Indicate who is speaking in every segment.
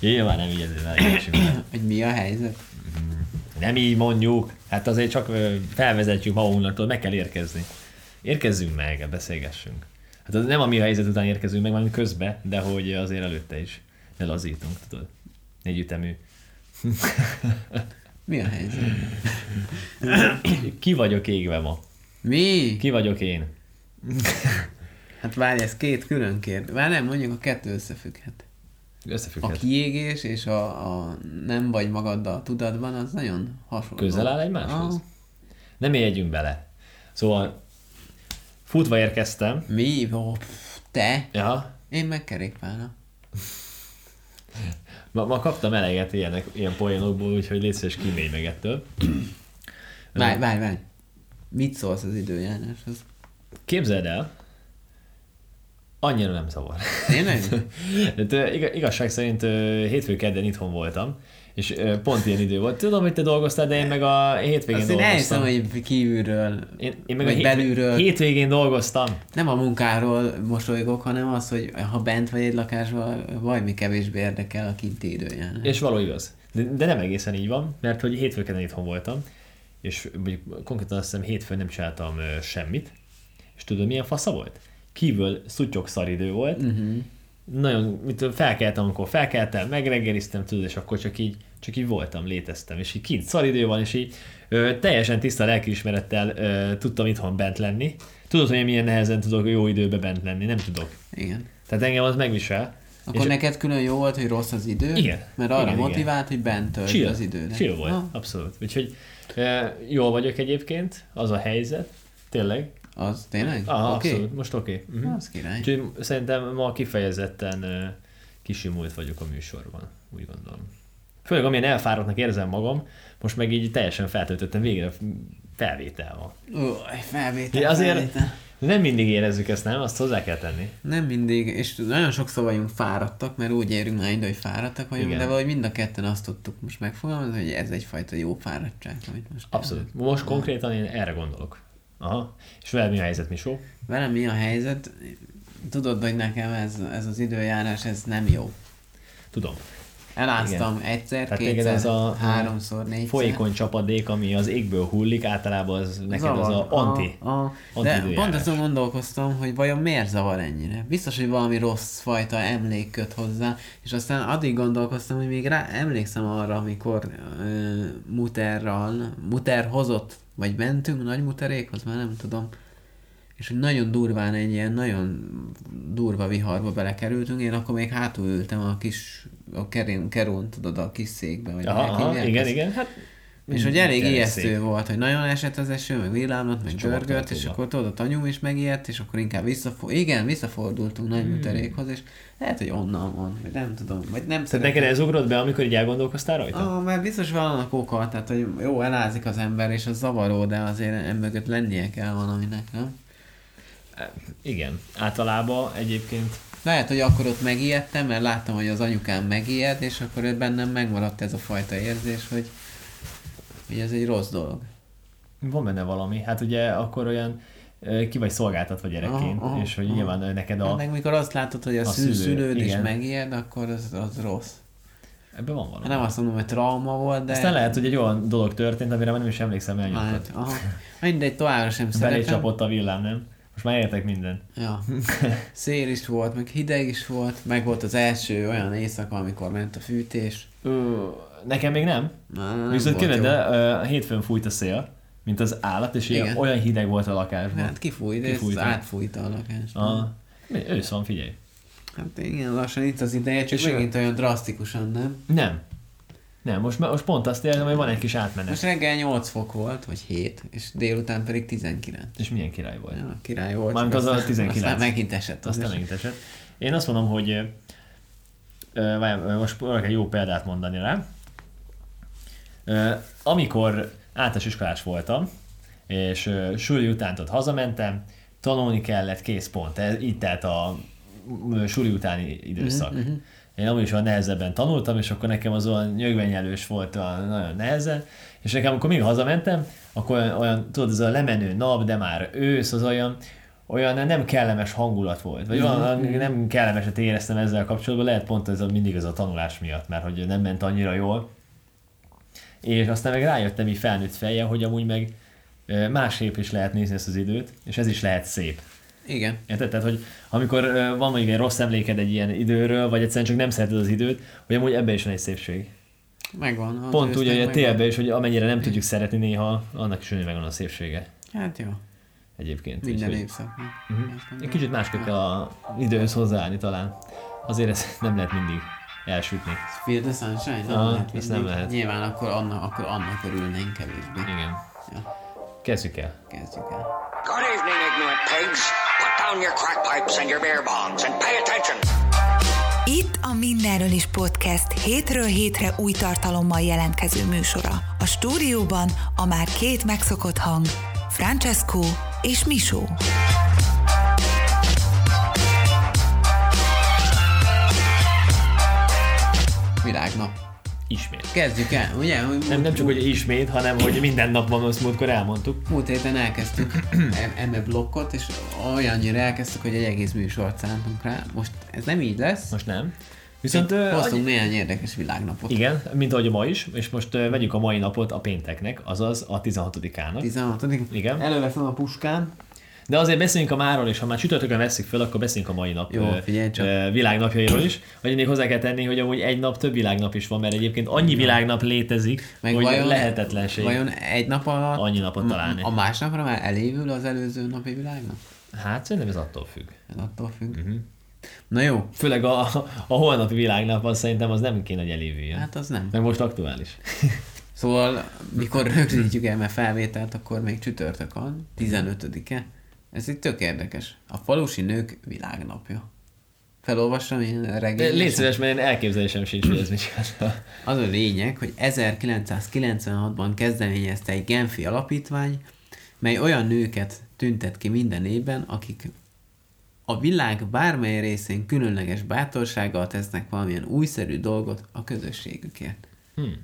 Speaker 1: Nyilván nem így ezzel
Speaker 2: Hogy mi a helyzet?
Speaker 1: Nem így mondjuk, hát azért csak ö, felvezetjük magunknak, tudod, meg kell érkezni. Érkezzünk meg, beszélgessünk. Hát az nem a mi helyzet után érkezünk meg, hanem közbe, de hogy azért előtte is. Ne lazítunk, tudod. Négy ütemű.
Speaker 2: Mi a helyzet?
Speaker 1: Ki vagyok égve ma?
Speaker 2: Mi?
Speaker 1: Ki vagyok én?
Speaker 2: Hát várj, ez két külön kérdés. Várj, nem, mondjuk a kettő összefügghet. A
Speaker 1: Összefügghet.
Speaker 2: kiégés és a, a nem vagy magaddal tudatban, az nagyon hasonló.
Speaker 1: Közel áll egymáshoz?
Speaker 2: Ah.
Speaker 1: Nem éljünk bele. Szóval futva érkeztem.
Speaker 2: Mi? Ó, pff, te?
Speaker 1: Ja,
Speaker 2: Én meg kerékpára.
Speaker 1: ma, ma kaptam eleget ilyenek, ilyen poénokból, úgyhogy légy szíves kímélj meg ettől.
Speaker 2: Várj, várj, várj. Mit szólsz az időjáráshoz?
Speaker 1: Képzeld el, annyira nem zavar.
Speaker 2: Tényleg?
Speaker 1: De te- iga- igazság szerint ö, hétfő kedden itthon voltam, és ö, pont ilyen idő volt. Tudom, hogy te dolgoztál, de én meg a hétvégén
Speaker 2: Azt én elhiszem,
Speaker 1: dolgoztam.
Speaker 2: hogy kívülről,
Speaker 1: én, én meg a
Speaker 2: vagy
Speaker 1: hét,
Speaker 2: belülről.
Speaker 1: hétvégén dolgoztam.
Speaker 2: nem a munkáról mosolygok, hanem az, hogy ha bent vagy egy lakásban, valami kevésbé érdekel a kinti időjárás.
Speaker 1: És való igaz. De, de nem egészen így van, mert hogy hétfőken itthon voltam, és mondjuk konkrétan azt hiszem hétfőn nem csináltam ö, semmit, és tudod milyen fasza volt? Kívül szutyok szar idő volt, uh-huh. nagyon, mit tudom, felkeltem, amikor felkeltem, megreggeliztem, tudod, és akkor csak így, csak így voltam, léteztem, és így kint szar idő van, és így ö, teljesen tiszta lelkiismerettel ö, tudtam itthon bent lenni. Tudod, hogy én milyen nehezen tudok jó időben bent lenni, nem tudok.
Speaker 2: Igen.
Speaker 1: Tehát engem az megvisel.
Speaker 2: Akkor
Speaker 1: és-
Speaker 2: neked külön jó volt, hogy rossz az idő,
Speaker 1: Igen.
Speaker 2: mert arra
Speaker 1: Igen, igen.
Speaker 2: motivált, hogy bent töltsd
Speaker 1: Chill,
Speaker 2: az idődet.
Speaker 1: Chill volt,
Speaker 2: Ha,
Speaker 1: abszolút. Úgyhogy e, jól vagyok egyébként, az a helyzet, tényleg.
Speaker 2: az tényleg?
Speaker 1: Aha, okay.
Speaker 2: Oké. Hát.
Speaker 1: abszolút, most oké. Okay. Uh-huh.
Speaker 2: Az király.
Speaker 1: Úgyhogy szerintem ma kifejezetten e, kisimult vagyok a műsorban, úgy gondolom. Főleg amilyen elfáradtnak érzem magam, most meg így teljesen feltöltöttem végre felvétel van.
Speaker 2: Új, felvétel,
Speaker 1: Ugye azért-
Speaker 2: felvétel.
Speaker 1: Nem mindig érezzük ezt, nem? Azt hozzá kell tenni.
Speaker 2: Nem mindig, és nagyon sokszor vagyunk fáradtak, mert úgy érünk már ide, hogy fáradtak vagyunk,
Speaker 1: Igen.
Speaker 2: de valahogy mind a ketten azt tudtuk most megfogalmazni, hogy ez egyfajta jó fáradtság, amit most
Speaker 1: Abszolút. Most konkrétan én erre gondolok. Aha. És veled mi a helyzet, Misó?
Speaker 2: Velem mi a helyzet? Tudod, hogy nekem ez, ez az időjárás, ez nem jó.
Speaker 1: Tudom.
Speaker 2: Eláztam Igen. egyszer,
Speaker 1: Tehát
Speaker 2: kétszer,
Speaker 1: téged ez a- a
Speaker 2: háromszor, négyszer.
Speaker 1: Folyékony csapadék, ami az égből hullik, általában az neked az a anti.
Speaker 2: A, a,
Speaker 1: anti
Speaker 2: de
Speaker 1: időjárás.
Speaker 2: pont azon gondolkoztam, hogy vajon miért zavar ennyire. Biztos, hogy valami rossz fajta emlék köt hozzá, és aztán addig gondolkoztam, hogy még rá emlékszem arra, amikor ö, Muterral, Muter hozott, vagy mentünk nagy Muterékhoz, már nem tudom, és hogy nagyon durván egy ilyen nagyon durva viharba belekerültünk, én akkor még hátul ültem a kis, a kerén, kerón, tudod, a kis székbe, vagy
Speaker 1: Aha,
Speaker 2: minek
Speaker 1: aha
Speaker 2: hívják
Speaker 1: igen,
Speaker 2: ezt?
Speaker 1: igen. Hát,
Speaker 2: És hogy elég
Speaker 1: kerekszék.
Speaker 2: ijesztő volt, hogy nagyon esett az eső, meg villámlott, meg görgött, és
Speaker 1: csomagtartóba.
Speaker 2: akkor tudod, a tanyú is megijedt, és akkor inkább visszafor... Igen, visszafordultunk nagy mutarékhoz, és lehet, hogy onnan van, vagy nem tudom, vagy nem
Speaker 1: Tehát neked ez ugrott be, amikor így elgondolkoztál rajta?
Speaker 2: Ah, mert biztos van annak oka, tehát hogy jó, elázik az ember, és az zavaró, de azért emögött lennie kell valaminek, nem?
Speaker 1: Igen. Általában egyébként
Speaker 2: Lehet, hogy akkor ott megijedtem, mert láttam, hogy az anyukám megijed, és akkor ő bennem megmaradt ez a fajta érzés, hogy, hogy ez egy rossz dolog.
Speaker 1: van benne valami. Hát ugye akkor olyan ö, ki vagy szolgáltatva gyerekként,
Speaker 2: Aha, aha,
Speaker 1: és hogy
Speaker 2: aha.
Speaker 1: nyilván ö, neked
Speaker 2: Hát
Speaker 1: a...
Speaker 2: meg mikor azt látod, hogy a,
Speaker 1: a
Speaker 2: a
Speaker 1: szülő,
Speaker 2: szülő, szülőd is
Speaker 1: igen.
Speaker 2: megijed, akkor az, az rossz.
Speaker 1: Ebben van valami.
Speaker 2: Hát nem azt mondom, hogy trauma volt, de...
Speaker 1: Aztán lehet, hogy egy olyan dolog történt, amire már nem is emlékszem,
Speaker 2: Hát,
Speaker 1: elnyomtott.
Speaker 2: aha. Mindegy, továbbra sem
Speaker 1: Belé
Speaker 2: szeretem.
Speaker 1: csapott a villám, nem? Most már értek mindent.
Speaker 2: Ja. Szél is volt, meg hideg is volt, meg volt az első olyan éjszaka, amikor ment a fűtés.
Speaker 1: Ö, nekem még nem.
Speaker 2: Na, nem
Speaker 1: Viszont
Speaker 2: volt
Speaker 1: kérdez,
Speaker 2: jó.
Speaker 1: de ö, hétfőn fújt a szél, mint az állat, és ilyen,
Speaker 2: Igen.
Speaker 1: olyan hideg volt a lakásban.
Speaker 2: Hát kifújt, és
Speaker 1: Kifújt,
Speaker 2: ez
Speaker 1: ja.
Speaker 2: átfújta a lakást.
Speaker 1: A, mi- ősz van, figyelj.
Speaker 2: Hát igen, lassan itt az ideje, csak
Speaker 1: És-
Speaker 2: és megint olyan drasztikusan, nem?
Speaker 1: Nem. Nem, most, már- most pont azt érzem, hogy van egy kis átmenet.
Speaker 2: Most reggel 8 fok volt, vagy 7, és délután pedig 19.
Speaker 1: És milyen király volt.
Speaker 2: Ja, király volt.
Speaker 1: Mármint az a
Speaker 2: aztán-
Speaker 1: 19.
Speaker 2: Aztán megint esett. az
Speaker 1: Aztán
Speaker 2: is.
Speaker 1: megint esett. Én azt mondom, hogy ö, ö, várjál, ö, most próbálok egy jó példát mondani rá. Ö, Amikor általános iskolás voltam, és ö, suli után ott hazamentem, tanulni kellett, kész pont. Ez, így telt a ö, suli utáni időszak. Én amúgy is olyan nehezebben tanultam, és akkor nekem az olyan nyögvenyelős volt, olyan nagyon nehezen, és nekem amikor még hazamentem, akkor olyan, olyan tudod, ez a lemenő nap, de már ősz, az olyan, olyan nem kellemes hangulat volt, vagy olyan nem kellemeset éreztem ezzel kapcsolatban, lehet pont ez a, mindig ez a tanulás miatt, mert hogy nem ment annyira jól. És aztán meg rájöttem így felnőtt fejjel, hogy amúgy meg ö, másképp is lehet nézni ezt az időt, és ez is lehet szép.
Speaker 2: Igen.
Speaker 1: Érted? Tehát, hogy amikor ö, van mondjuk egy rossz emléked egy ilyen időről, vagy egyszerűen csak nem szereted az időt, hogy amúgy ebben is van egy szépség.
Speaker 2: Megvan. az
Speaker 1: Pont úgy,
Speaker 2: ősznek
Speaker 1: hogy a
Speaker 2: megvan.
Speaker 1: télben is, hogy amennyire nem
Speaker 2: Mm.
Speaker 1: tudjuk szeretni néha, annak is megvan a szépsége
Speaker 2: Hát jó.
Speaker 1: egyébként.
Speaker 2: Minden
Speaker 1: Úgyhogy- Mhm.
Speaker 2: évszakban.
Speaker 1: Egy kicsit másképp kell a időhöz hozzáállni talán. Azért ezt nem lehet mindig elsütni.
Speaker 2: Feel the sunshine? Nem
Speaker 1: Ah,
Speaker 2: lehet
Speaker 1: ezt nem
Speaker 2: mindig.
Speaker 1: lehet.
Speaker 2: Nyilván akkor annak, akkor annak örülnénk kevésbé.
Speaker 1: Igen.
Speaker 2: Ja,
Speaker 1: Kezdjük el.
Speaker 2: kezdjük el.
Speaker 3: Good evening, ignorant pigs. Put down your crack pipes and your beer bongs and pay attention.
Speaker 4: Itt a Mindenről is podcast hétről hétre új tartalommal jelentkező műsora. A stúdióban a már két megszokott hang, Francesco és Misó.
Speaker 2: Világnap.
Speaker 1: Ismét.
Speaker 2: Kezdjük el, ugye? Hogy
Speaker 1: Nem, nem csak, hogy ismét, hanem hogy minden nap van, azt múltkor elmondtuk.
Speaker 2: Múlt héten elkezdtük em- eme blokkot, és olyannyira elkezdtük, hogy egy egész műsort szántunk rá. Most ez nem így lesz.
Speaker 1: Most nem. Viszont ö, annyi-
Speaker 2: Hoztunk néhány érdekes világnapot.
Speaker 1: igen, mint ahogy a ma is, és most ö, vegyük a mai napot a pénteknek, azaz a 16-ának.
Speaker 2: 16.
Speaker 1: Igen.
Speaker 2: Előveszem a puskám.
Speaker 1: De azért beszéljünk a máról, és ha már csütörtökön veszik föl, akkor beszéljünk a mai nap
Speaker 2: Jó,
Speaker 1: ö,
Speaker 2: figyelj csak.
Speaker 1: ö, világnapjairól is. Vagy még hozzá kell tenni, hogy amúgy egy nap több világnap is van, mert egyébként annyi világnap létezik, Meg hogy lehetetlenség.
Speaker 2: Vajon egy nap alatt
Speaker 1: Annyi napot
Speaker 2: m-
Speaker 1: találni.
Speaker 2: A másnapra már elévül az előző napi világnap?
Speaker 1: Hát szerintem ez attól függ.
Speaker 2: Ez attól függ.
Speaker 1: Mhm.
Speaker 2: Na jó,
Speaker 1: Főleg a, a holnapi világnap, az szerintem az nem kéne, hogy elévüljön. Hát.
Speaker 2: hát az nem.
Speaker 1: Meg most aktuális.
Speaker 2: Szóval, mikor rögzítjük el, mert felvételt, akkor még csütörtök van, 15-e. Ez itt tök érdekes. A falusi nők világnapja. Felolvassam én
Speaker 1: De
Speaker 2: reggel.
Speaker 1: Légy szíves, mert én elképzelésem sincs, hogy ez micsoda.
Speaker 2: Az a lényeg, hogy 1996-ban kezdeményezte egy Genfi alapítvány, mely olyan nőket tüntet ki minden évben, akik a világ bármely részén különleges bátorsággal tesznek valamilyen újszerű dolgot a közösségükért.
Speaker 1: Hmm.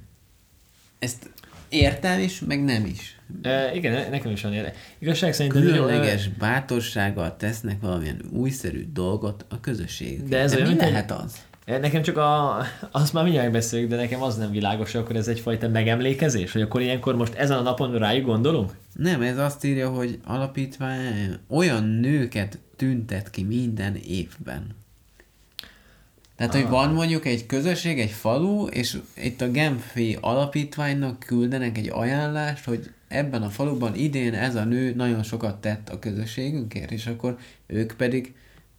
Speaker 2: Ezt értem is, meg nem is.
Speaker 1: E, igen, nekem is van érde. Igazság szerint ez egy olyan-
Speaker 2: Különleges bátorsággal tesznek valamilyen újszerű dolgot a közösségükért.
Speaker 1: De ez
Speaker 2: De
Speaker 1: olyan,
Speaker 2: mi
Speaker 1: mint egy-
Speaker 2: lehet az?
Speaker 1: Eh, Nekem csak a, azt már mindjárt beszéljük, de nekem az nem világos, hogy akkor ez egyfajta megemlékezés, hogy akkor ilyenkor most ezen a napon rájuk gondolunk?
Speaker 2: Nem, ez azt írja, hogy alapítvány olyan nőket tüntet ki minden évben. Tehát, hogy van mondjuk egy közösség, egy falu, és itt a Genfi alapítványnak küldenek egy ajánlást, hogy ebben a faluban idén ez a nő nagyon sokat tett a közösségünkért, és akkor ők pedig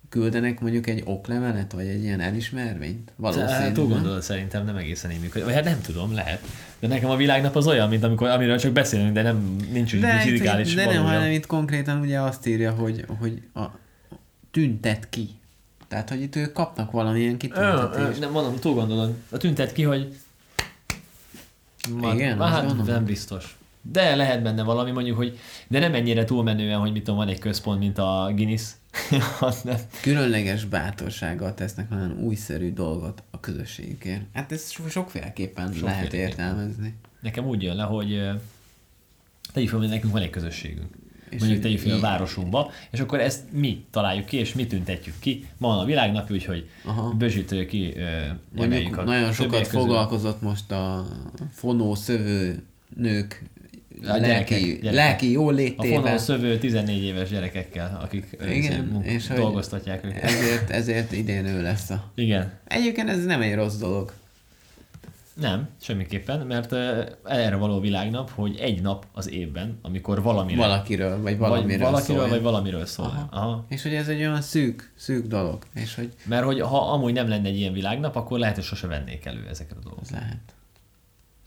Speaker 2: küldenek mondjuk egy oklevelet, vagy egy ilyen elismervényt.
Speaker 1: Hát, túl
Speaker 2: Valószínűleg.
Speaker 1: gondolod, szerintem nem egészen így működik. Vagy hát nem tudom, lehet. De nekem a világnap az olyan, mint amikor, amiről csak beszélünk, de nem nincs úgy
Speaker 2: De,
Speaker 1: fizikális
Speaker 2: itt, de nem,
Speaker 1: valója.
Speaker 2: hanem itt konkrétan ugye azt írja, hogy, hogy a, tüntet ki. Tehát, hogy itt ők kapnak valamilyen
Speaker 1: Ö, ö,
Speaker 2: kitüntetést.
Speaker 1: nem mondom, túl gondolod. A tüntet ki, hogy... Van,
Speaker 2: Igen,
Speaker 1: van,
Speaker 2: azt
Speaker 1: hát
Speaker 2: gondolom.
Speaker 1: nem biztos. De lehet benne valami, mondjuk, hogy de nem ennyire túlmenően, hogy mit tudom, van egy központ, mint a Guinness, hanem
Speaker 2: Különleges bátorsággal tesznek olyan újszerű dolgot a közösségükért. Hát ezt so- sokféleképpen
Speaker 1: Sokféleképpen.
Speaker 2: lehet értelmezni.
Speaker 1: Nekem úgy jön le, hogy ö, tegyük fel, hogy nekünk van egy közösségünk.
Speaker 2: És
Speaker 1: És Mondjuk
Speaker 2: így-
Speaker 1: tegyük fel a
Speaker 2: így-
Speaker 1: városunkba, és akkor ezt mi találjuk ki, és mi tüntetjük ki. Ma van a világnap, úgyhogy
Speaker 2: Aha.
Speaker 1: bözsüt ki ö, emeljük
Speaker 2: Mondjuk
Speaker 1: a
Speaker 2: nagyon
Speaker 1: többiek
Speaker 2: sokat
Speaker 1: közül.
Speaker 2: foglalkozott most a fonószövő nők
Speaker 1: A
Speaker 2: lelki,
Speaker 1: gyerekek, gyerekek.
Speaker 2: lelki
Speaker 1: A
Speaker 2: jólétével.
Speaker 1: fonon szövő 14 éves gyerekekkel, akik ö,
Speaker 2: Igen,
Speaker 1: munk-
Speaker 2: és hogy-
Speaker 1: dolgoztatják őket.
Speaker 2: ezért, ezért idén ő lesz a...
Speaker 1: Igen.
Speaker 2: Egyébként ez nem egy rossz dolog.
Speaker 1: Nem, semmiképpen, mert ö, erre való világnap, hogy egy nap az évben, amikor valamire,
Speaker 2: Valakiről, vagy valamiről
Speaker 1: vagy, valakiről
Speaker 2: szól.
Speaker 1: vagy valamiről szól.
Speaker 2: Aha.
Speaker 1: Aha. Aha.
Speaker 2: És hogy ez egy olyan szűk, szűk dolog, és hogy
Speaker 1: Mert hogy ha amúgy nem lenne egy ilyen világnap, akkor lehet, hogy sose vennék elő ezeket a dolgokat.
Speaker 2: ez lehet.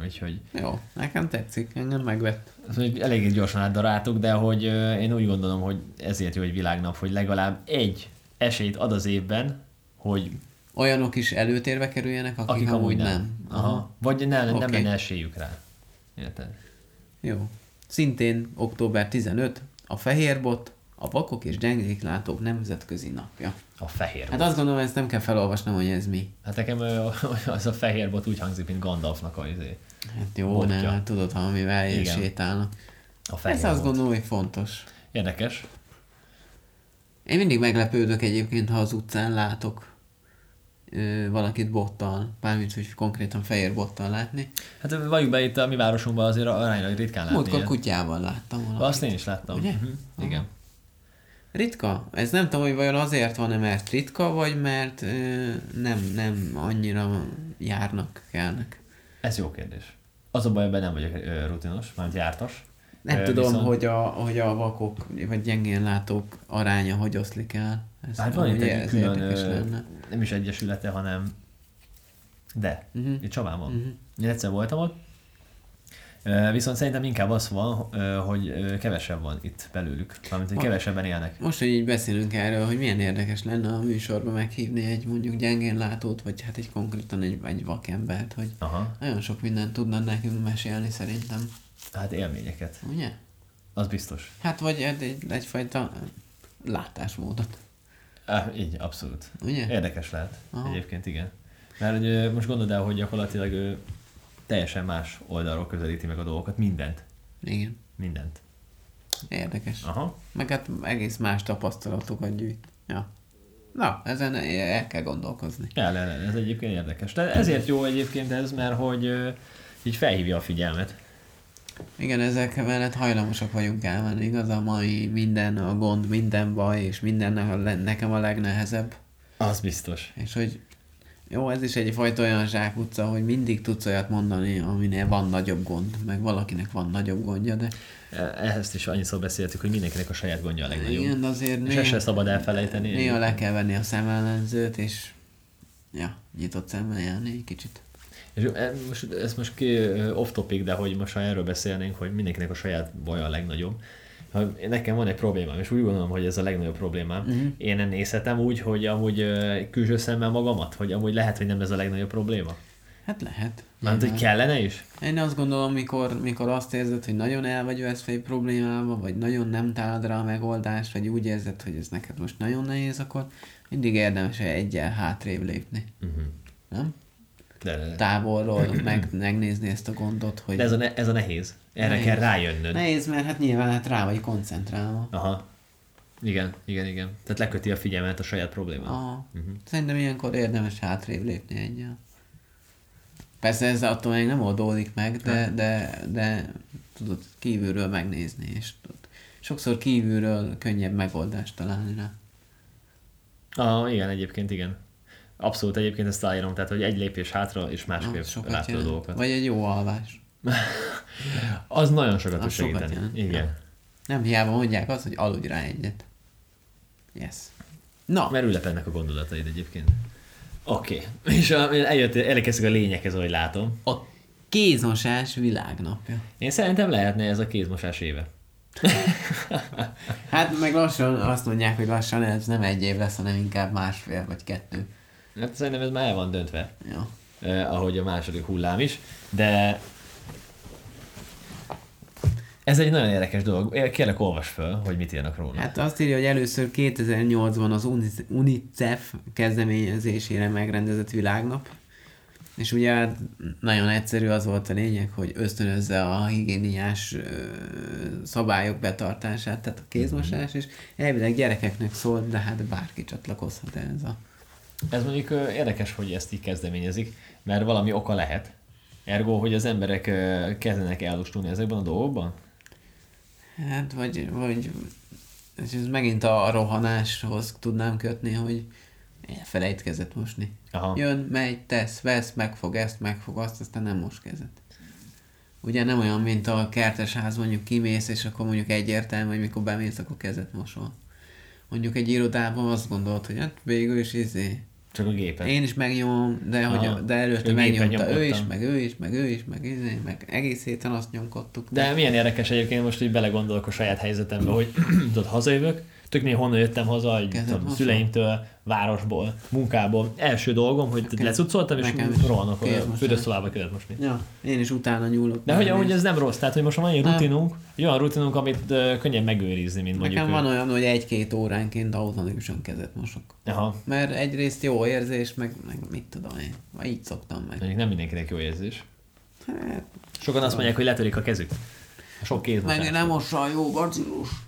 Speaker 1: Úgyhogy
Speaker 2: Jó, nekem tetszik, engem megvett.
Speaker 1: azt mondjuk eléggé gyorsan átdaráltuk, de hogy ö, én úgy gondolom, hogy ezért jó egy világnap, hogy legalább egy esélyt ad az évben, hogy
Speaker 2: Olyanok is előtérbe kerüljenek, akik,
Speaker 1: akik amúgy nem. Aha. Vagy ne, nem
Speaker 2: Oké.
Speaker 1: lenne esélyük rá. Érted?
Speaker 2: Jó. Szintén október 15, a fehérbot, a vakok és gyengéklátók nemzetközi napja.
Speaker 1: A fehér.
Speaker 2: Hát
Speaker 1: Hát,
Speaker 2: azt gondolom, ezt nem kell felolvasnom, hogy ez mi.
Speaker 1: hát nekem ö, az a fehér bot úgy hangzik, mint Gandalfnak a, izé,
Speaker 2: Hát jó,
Speaker 1: Botja.
Speaker 2: nem, hát tudod, ha amivel
Speaker 1: Igen.
Speaker 2: sétálnak.
Speaker 1: a fehér
Speaker 2: Ez azt
Speaker 1: bot.
Speaker 2: gondolom, hogy fontos.
Speaker 1: Érdekes.
Speaker 2: Én mindig meglepődök egyébként, ha az utcán látok ö, valakit bottal, mármint, hogy konkrétan fehér bottal látni.
Speaker 1: Hát valljuk be itt a mi városunkban azért aránylag ritkán látni.
Speaker 2: Múltkor
Speaker 1: ilyet.
Speaker 2: kutyával láttam valakit.
Speaker 1: Hát Azt én is láttam.
Speaker 2: Ugye?
Speaker 1: Mhm. Igen.
Speaker 2: Ritka? Ez nem tudom, hogy vajon azért van-e, mert ritka, vagy mert ö, nem, nem annyira járnak, kelnek.
Speaker 1: Ez jó kérdés. Az a baj, ebben nem vagyok ö, rutinos, mármint jártas.
Speaker 2: Nem
Speaker 1: Ö,
Speaker 2: tudom,
Speaker 1: viszont-
Speaker 2: hogy a, hogy a vakok, vagy gyengén látók aránya hogy oszlik el. Ez
Speaker 1: Hát van itt
Speaker 2: amúgy
Speaker 1: egy
Speaker 2: ez
Speaker 1: külön,
Speaker 2: érdekes
Speaker 1: ö,
Speaker 2: lenne.
Speaker 1: nem is egyesülete, hanem de, uh-huh.
Speaker 2: Mhm.
Speaker 1: itt Csabában. Uh-huh. Én egyszer voltam ott, Ö, viszont szerintem inkább az van, ö, hogy ö, kevesebb van itt belőlük, mármint, hogy kevesebben élnek.
Speaker 2: Most, hogy így beszélünk erről, hogy milyen érdekes lenne a műsorba meghívni egy mondjuk gyengén látót, vagy hát egy konkrétan egy, egy vakembert, hogy
Speaker 1: Aha,
Speaker 2: nagyon sok mindent tudna nekünk mesélni szerintem.
Speaker 1: hát élményeket,
Speaker 2: Ugye?
Speaker 1: az biztos.
Speaker 2: Hát vagy egy, egyfajta látásmódot.
Speaker 1: Á, így, abszolút.
Speaker 2: Ugye?
Speaker 1: Érdekes lehet.
Speaker 2: Aha.
Speaker 1: Egyébként igen. Mert hogy, ö, most gondolod el, hogy gyakorlatilag ő teljesen más oldalról közelíti meg a dolgokat. Mindent.
Speaker 2: Igen.
Speaker 1: Mindent.
Speaker 2: Érdekes.
Speaker 1: Aha.
Speaker 2: Meg hát egész más tapasztalatokat gyűjt. Ja. Na, ezen el kell gondolkozni.
Speaker 1: El, el, el, ez egyébként érdekes. De ezért jó egyébként ez, mert hogy ö, így felhívja a figyelmet.
Speaker 2: Igen, ezek mellett hajlamosak vagyunk elmenni, igaz? A mai minden a gond, minden baj, és minden a le- nekem a legnehezebb.
Speaker 1: Az biztos.
Speaker 2: És hogy jó, ez is egyfajta olyan zsákutca, hogy mindig tudsz olyat mondani, aminél van nagyobb gond, meg valakinek van nagyobb gondja, de
Speaker 1: E, Ezt is annyiszor beszéltük, hogy mindenkinek a saját gondja a legnagyobb.
Speaker 2: igen, de azért
Speaker 1: És ezt se szabad elfelejteni.
Speaker 2: néha le kell venni a szemellenzőt, és ja, nyitott szemmel élni egy kicsit.
Speaker 1: És e- most, ez most ki ö, off topic, de hogy most ha erről beszélnénk, hogy mindenkinek a saját baja a legnagyobb. Ha Nekem van egy problémám, és úgy gondolom, hogy ez a legnagyobb problémám.
Speaker 2: Mhm.
Speaker 1: Uh-huh. Én nem nézhetem úgy, hogy amúgy ö, külső szemmel magamat, hogy amúgy lehet, hogy nem ez a legnagyobb probléma.
Speaker 2: Hát lehet.
Speaker 1: Mert hogy kellene is?
Speaker 2: Én azt gondolom, mikor, mikor azt érzed, hogy nagyon el vagy veszve egy problémába, vagy nagyon nem találod rá a megoldást, vagy úgy érzed, hogy ez neked most nagyon nehéz, akkor mindig érdemes egyel hátrébb lépni.
Speaker 1: Mhm.
Speaker 2: Uh-huh. Nem?
Speaker 1: De, de-
Speaker 2: Távolról meg, megnézni ezt a gondot, hogy
Speaker 1: de ez, a ne, ez a nehéz. Erre
Speaker 2: Nehéz.
Speaker 1: kell rájönnöd.
Speaker 2: nehéz, mert hát nyilván hát rá vagy koncentrálva.
Speaker 1: Aha. Igen, igen, igen. Tehát leköti a figyelmet a saját problémát.
Speaker 2: Aha.
Speaker 1: Mhm.
Speaker 2: Uh-huh. Szerintem ilyenkor érdemes hátrébb lépni egyel. Persze ez attól még nem oldódik meg, de,
Speaker 1: Hát.
Speaker 2: de, de tudod kívülről megnézni, és tudod, sokszor kívülről könnyebb megoldást találni rá.
Speaker 1: Ah, igen, egyébként igen. Abszolút egyébként ezt aláírom, tehát hogy egy lépés hátra és másképp
Speaker 2: Ah, sokat
Speaker 1: látod a
Speaker 2: jelent.
Speaker 1: dolgokat.
Speaker 2: Vagy egy jó alvás.
Speaker 1: Az nagyon sokat tud
Speaker 2: Az sokat
Speaker 1: segíteni.
Speaker 2: jelent.
Speaker 1: Igen.
Speaker 2: Nem hiába mondják azt, hogy aludj rá egyet. Yes. Na,
Speaker 1: Mert ülepednek a gondolataid egyébként. Oké. Okay. És a- eljött, elkezdtük a lényeghez, ahogy látom.
Speaker 2: a kézmosás világnapja.
Speaker 1: Én szerintem lehetne ez a kézmosás éve.
Speaker 2: Hát meg lassan azt mondják, hogy lassan ez nem egy év lesz, hanem inkább másfél vagy kettő.
Speaker 1: Hát szerintem ez már el van döntve,
Speaker 2: Ja.
Speaker 1: eh, ahogy a második hullám is, de ez egy nagyon érdekes dolog. Én Kérlek, olvasd föl, hogy mit írnak róla.
Speaker 2: Hát azt írja, hogy először 2008-ban az Unic- UNICEF kezdeményezésére megrendezett világnap, és ugye hát nagyon egyszerű az volt a lényeg, hogy ösztönözze a higiéniás ö, szabályok betartását, tehát a kézmosás, és elvileg gyerekeknek szól, de hát bárki csatlakozhat ehhez a...
Speaker 1: Ez mondjuk ö, érdekes, hogy ezt így kezdeményezik, mert valami oka lehet. Ergo, hogy az emberek ö, kezdenek elustulni ezekben a dolgokban?
Speaker 2: Hát, vagy, vagy és ez megint a rohanáshoz tudnám kötni, hogy elfelejtkezett mosni.
Speaker 1: Aha.
Speaker 2: Jön, megy, tesz, vesz, megfog ezt, megfog azt, aztán nem mos kezet. Ugye nem olyan, mint a kertes ház, mondjuk kimész, és akkor mondjuk egyértelmű, hogy mikor bemész, akkor kezet mosol. Mondjuk egy irodában azt gondolod, hogy hát végül is izé,
Speaker 1: Csak a gépen.
Speaker 2: én is megnyomom, de,
Speaker 1: Aha.
Speaker 2: hogy, de előtte
Speaker 1: Ő gépen
Speaker 2: megnyomta ő is,
Speaker 1: nyomkodtam.
Speaker 2: meg ő is, meg ő is, meg izé, meg egész héten azt nyomkodtuk.
Speaker 1: De milyen érdekes egyébként most így belegondolok a saját helyzetembe, hogy tudod, hazajövök, tök még honnan jöttem haza, így,
Speaker 2: Kezdem
Speaker 1: tudom,
Speaker 2: haza.
Speaker 1: szüleimtől, városból, munkából. Első dolgom, hogy
Speaker 2: Nekem-
Speaker 1: lecucoltam, és
Speaker 2: nekem is
Speaker 1: rohanok
Speaker 2: kéz
Speaker 1: a
Speaker 2: mosás.
Speaker 1: fürdőszobába kellett mosni.
Speaker 2: Ja, én is utána nyúlok.
Speaker 1: De hogy
Speaker 2: bármi.
Speaker 1: amúgy ez nem rossz, tehát hogy most van egy rutinunk, egy olyan rutinunk, amit ö, könnyen megőrizni, mint mondjuk...
Speaker 2: Nekem
Speaker 1: ö,
Speaker 2: van olyan, hogy egy-két óránként automatikusan kezet mosok.
Speaker 1: Aha,
Speaker 2: Mert egyrészt jó érzés, meg, meg mit tudom én. Már így szoktam meg.
Speaker 1: mondjuk nem mindenkinek jó érzés.
Speaker 2: Hát,
Speaker 1: Sokan azt mondják, hogy letörik a kezük. A Sok kézmosás.
Speaker 2: meg nem mossa a jó gacilust.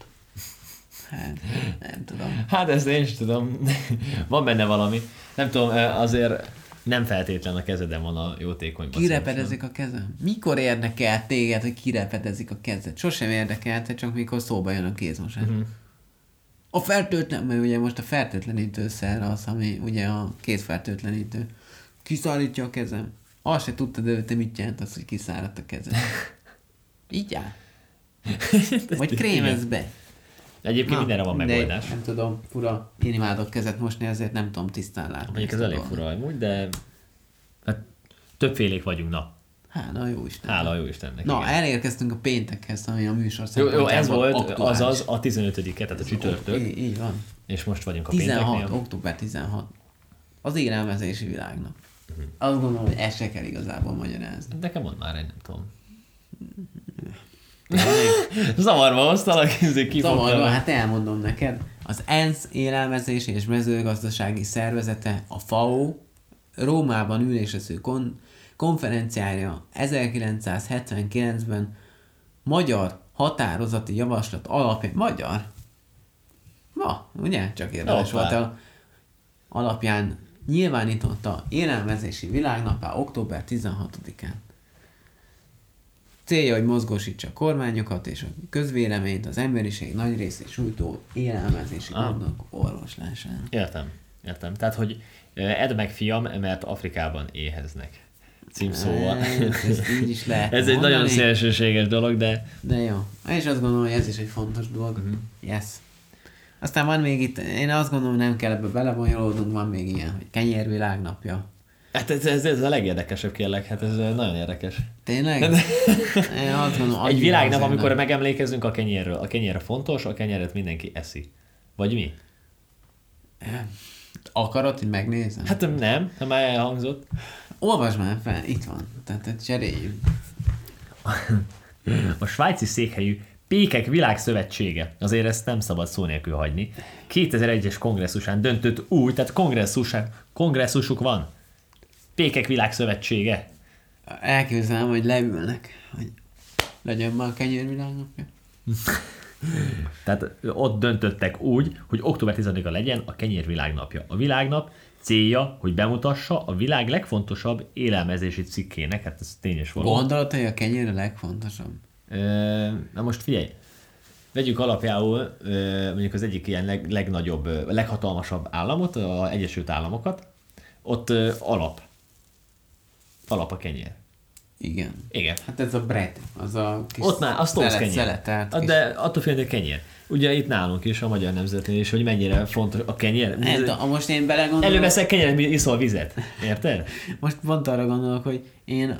Speaker 2: Hát, nem tudom.
Speaker 1: Hát ezt én is tudom. Van benne valami. Nem tudom, azért nem feltétlen a kezeden van a jótékony paciens, nem?
Speaker 2: Kirepedezik a kezem? Mikor érdekel téged, hogy kirepedezik a kezed? Sosem érdekelte, csak mikor szóba jön a kézmosás.
Speaker 1: Mhm.
Speaker 2: A fertőtlen, mert ugye most a fertőtlenítőszer az, ami ugye a kézfertőtlenítő. Kiszállítja a kezem. Azt se tudtad előtte, mit jelent az, hogy kiszáradt a kezed. Így áll. Vagy krémez be.
Speaker 1: Egyébként
Speaker 2: Na,
Speaker 1: mindenre van
Speaker 2: mindegy,
Speaker 1: megoldás.
Speaker 2: Nem tudom, fura. Én imádok kezet mosni, ezért nem tudom tisztán látni.
Speaker 1: Mondjuk ez
Speaker 2: ezt a
Speaker 1: elég
Speaker 2: dolgot.
Speaker 1: fura amúgy, de hát többfélék vagyunk, na.
Speaker 2: Hála, jó Isten.
Speaker 1: Hála a jó Istennek.
Speaker 2: Na,
Speaker 1: igen.
Speaker 2: elérkeztünk a péntekhez, ami a műsor
Speaker 1: jó, jó,
Speaker 2: szempontjából
Speaker 1: ez volt
Speaker 2: aktuális.
Speaker 1: azaz a 15 tehát a csütörtök,
Speaker 2: Így, így van.
Speaker 1: és most vagyunk a
Speaker 2: 16,
Speaker 1: pénteknél.
Speaker 2: október 16. Az élelmezési világnak.
Speaker 1: Mhm.
Speaker 2: Azt gondolom, hogy ezt se kell igazából magyarázni.
Speaker 1: Hát Nekem mond már, én nem tudom. Zavarba hoztalak, ezért
Speaker 2: Zavarva,
Speaker 1: kifogtam.
Speaker 2: hát elmondom neked. Az ENSZ élelmezési és mezőgazdasági szervezete, a FAO, Rómában ülésező kon- konferenciája 1979-ben magyar határozati javaslat alapján, magyar, ma, ugye, csak érdemes
Speaker 1: Hoppá.
Speaker 2: volt a alapján nyilvánította élelmezési világnapá október 16-án. Célja, hogy mozgósítsa a kormányokat és a közvéleményt, az emberiség nagy részét sújtó élelmezési
Speaker 1: Ah.
Speaker 2: gondok orvoslásán.
Speaker 1: Értem, értem. Tehát, hogy ö, edd meg fiam, mert Afrikában éheznek. Címszóval.
Speaker 2: Hát, Ez, ezt így is lehet
Speaker 1: Ez egy nagyon
Speaker 2: mondani.
Speaker 1: szélsőséges dolog, de
Speaker 2: De jó. És azt gondolom, hogy ez is egy fontos dolog.
Speaker 1: Mhm.
Speaker 2: Uh-huh. Yes. Aztán van még itt, én azt gondolom, nem kell ebbe belebonyolódnunk, van még ilyen, hogy kenyérvilágnapja.
Speaker 1: hát ez, ez, ez a legérdekesebb kérlek, hát ez ö, nagyon érdekes.
Speaker 2: Tényleg? Én azt gondolom,
Speaker 1: Egy
Speaker 2: annyira
Speaker 1: világnap,
Speaker 2: azért
Speaker 1: amikor
Speaker 2: nem.
Speaker 1: megemlékezünk a kenyérről. A kenyér fontos, a kenyeret mindenki eszi. Vagy mi?
Speaker 2: Akarod, hogy megnézem? Hát...
Speaker 1: Hát nem, ha már elhangzott.
Speaker 2: Olvasd már fel, itt van. Tehát ezt cseréljük.
Speaker 1: A svájci székhelyű Pékek Világszövetsége, azért ezt nem szabad szó nélkül hagyni, 2001-es kongresszusán döntött úgy, tehát kongresszusán, kongresszusuk van. Pékek Világszövetsége.
Speaker 2: Elképzelem, hogy leülnek, hogy legyen már kenyérvilágnapja.
Speaker 1: Tehát ott döntöttek úgy, hogy október 10-a legyen a kenyér világnapja. A világnap célja, hogy bemutassa a világ legfontosabb élelmezési cikkének, hát ez tényes való.
Speaker 2: Gondolod, hogy a kenyér a legfontosabb?
Speaker 1: Ö, Na most figyelj, vegyük alapjául ö, mondjuk az egyik ilyen leg, legnagyobb, ö, leghatalmasabb államot, az Egyesült Államokat, ott ö, alap. Alap a kenyér.
Speaker 2: Igen.
Speaker 1: Igen.
Speaker 2: Hát ez a bread, az a kis
Speaker 1: Ott már, az tóz
Speaker 2: szelet-
Speaker 1: kenyér.
Speaker 2: szeletelt
Speaker 1: A-
Speaker 2: kis-
Speaker 1: De attól félni, hogy kenyér. Ugye itt nálunk is, a magyar nemzetnél is, hogy mennyire fontos a kenyér.
Speaker 2: Nem tudom, ha most én belegondolok,
Speaker 1: Előveszek kenyeret, mi- iszol vizet. Érted?
Speaker 2: most pont arra gondolok, hogy én,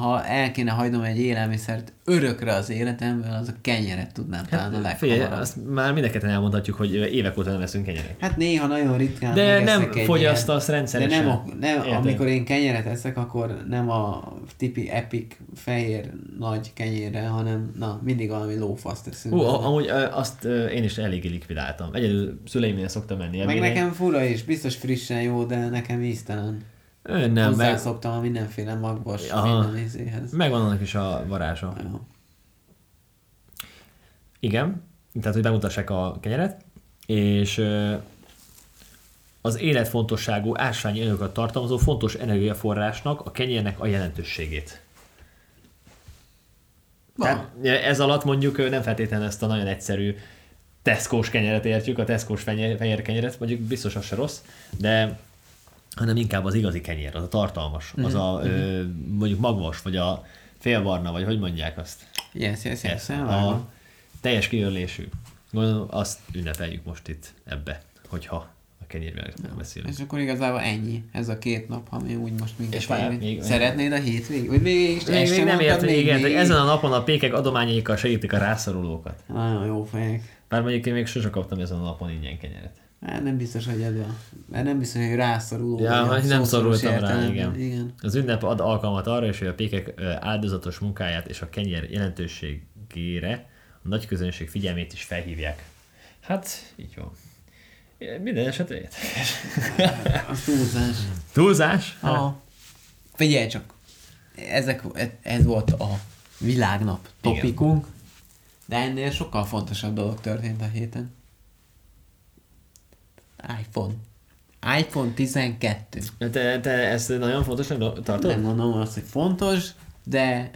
Speaker 2: ha el kéne hagynom egy élelmiszert örökre az életemből, az a kenyeret tudnám talán a
Speaker 1: Hát, Figyelj,
Speaker 2: Hát, leghamarabb.
Speaker 1: azt már mindeketen elmondhatjuk, hogy ö, évek óta nem eszünk kenyeret.
Speaker 2: Hát néha nagyon ritkán
Speaker 1: De
Speaker 2: megeszek
Speaker 1: nem
Speaker 2: egy
Speaker 1: fogyasztasz
Speaker 2: ilyet.
Speaker 1: rendszeresen.
Speaker 2: De nem, a, nem
Speaker 1: Érted?
Speaker 2: amikor én kenyeret eszek, akkor nem a tipi epic fehér nagy kenyérre, hanem na, mindig valami lófaszt eszünk.
Speaker 1: Hú,
Speaker 2: bele.
Speaker 1: a- amúgy ö, azt ö, én is eléggé likvidáltam. Egyedül szüleimnél szoktam menni
Speaker 2: meg
Speaker 1: ebédre.
Speaker 2: nekem fura is, biztos frissen jó, de nekem íztelen.
Speaker 1: Ö, nem,
Speaker 2: Nem,
Speaker 1: meg,
Speaker 2: Hozzászoktam a mindenféle magbas
Speaker 1: Aha.
Speaker 2: minden ízéhez.
Speaker 1: megvan annak is a varázsa.
Speaker 2: Jó.
Speaker 1: Igen, tehát hogy bemutassák a kenyeret, és ö, az életfontosságú ásványi anyagokat tartalmazó fontos energiaforrásnak, a kenyérnek a jelentőségét.
Speaker 2: Van.
Speaker 1: Tehát ö, Hát, ez alatt mondjuk ö, nem feltétlenül ezt a nagyon egyszerű teszkós kenyeret értjük, a teszkós fenyér, fenyér kenyeret, mondjuk biztos az se rossz, de hanem inkább az igazi kenyér, az a tartalmas, az a ö, mondjuk magvas, vagy a félbarna, vagy hogy mondják azt.
Speaker 2: Yes, yes, yes.
Speaker 1: Ez
Speaker 2: yes.
Speaker 1: a teljes kiörlésű. Gondolom, azt ünnepeljük most itt ebbe, hogyha a kenyérvilágról beszélünk.
Speaker 2: És akkor igazából ennyi, ez a két nap, ami úgy most minket
Speaker 1: És várjál,
Speaker 2: érint.
Speaker 1: még-
Speaker 2: Szeretnéd a hétvégét? Vagy még,
Speaker 1: Még, még nem ért, még, igen, még. ezen a napon a pékek adományaikkal segítik a rászorulókat.
Speaker 2: Nagyon jó fejek.
Speaker 1: Bár mondjuk én még sose kaptam ezen a napon ingyen kenyeret.
Speaker 2: Hát nem biztos, hogy ez a... Mert nem biztos, hogy rászoruló.
Speaker 1: Ja,
Speaker 2: vagy a
Speaker 1: hogy nem
Speaker 2: szószoros
Speaker 1: szorultam rá,
Speaker 2: értelemben.
Speaker 1: igen.
Speaker 2: igen.
Speaker 1: Az ünnep ad alkalmat arra is, hogy a pékek ö, áldozatos munkáját és a kenyér jelentőségére a nagy közönség figyelmét is felhívják. Hát, így van. Minden esetre érdekes.
Speaker 2: A túlzás.
Speaker 1: Túlzás?
Speaker 2: Ah. Figyelj csak, ezek, ez, ez volt a világnap
Speaker 1: Igen.
Speaker 2: topikunk, de ennél sokkal fontosabb dolog történt a héten. iPhone. iPhone 12.
Speaker 1: Te, te ezt nagyon fontosnak tartod?
Speaker 2: Nem gondolom azt, hogy fontos, de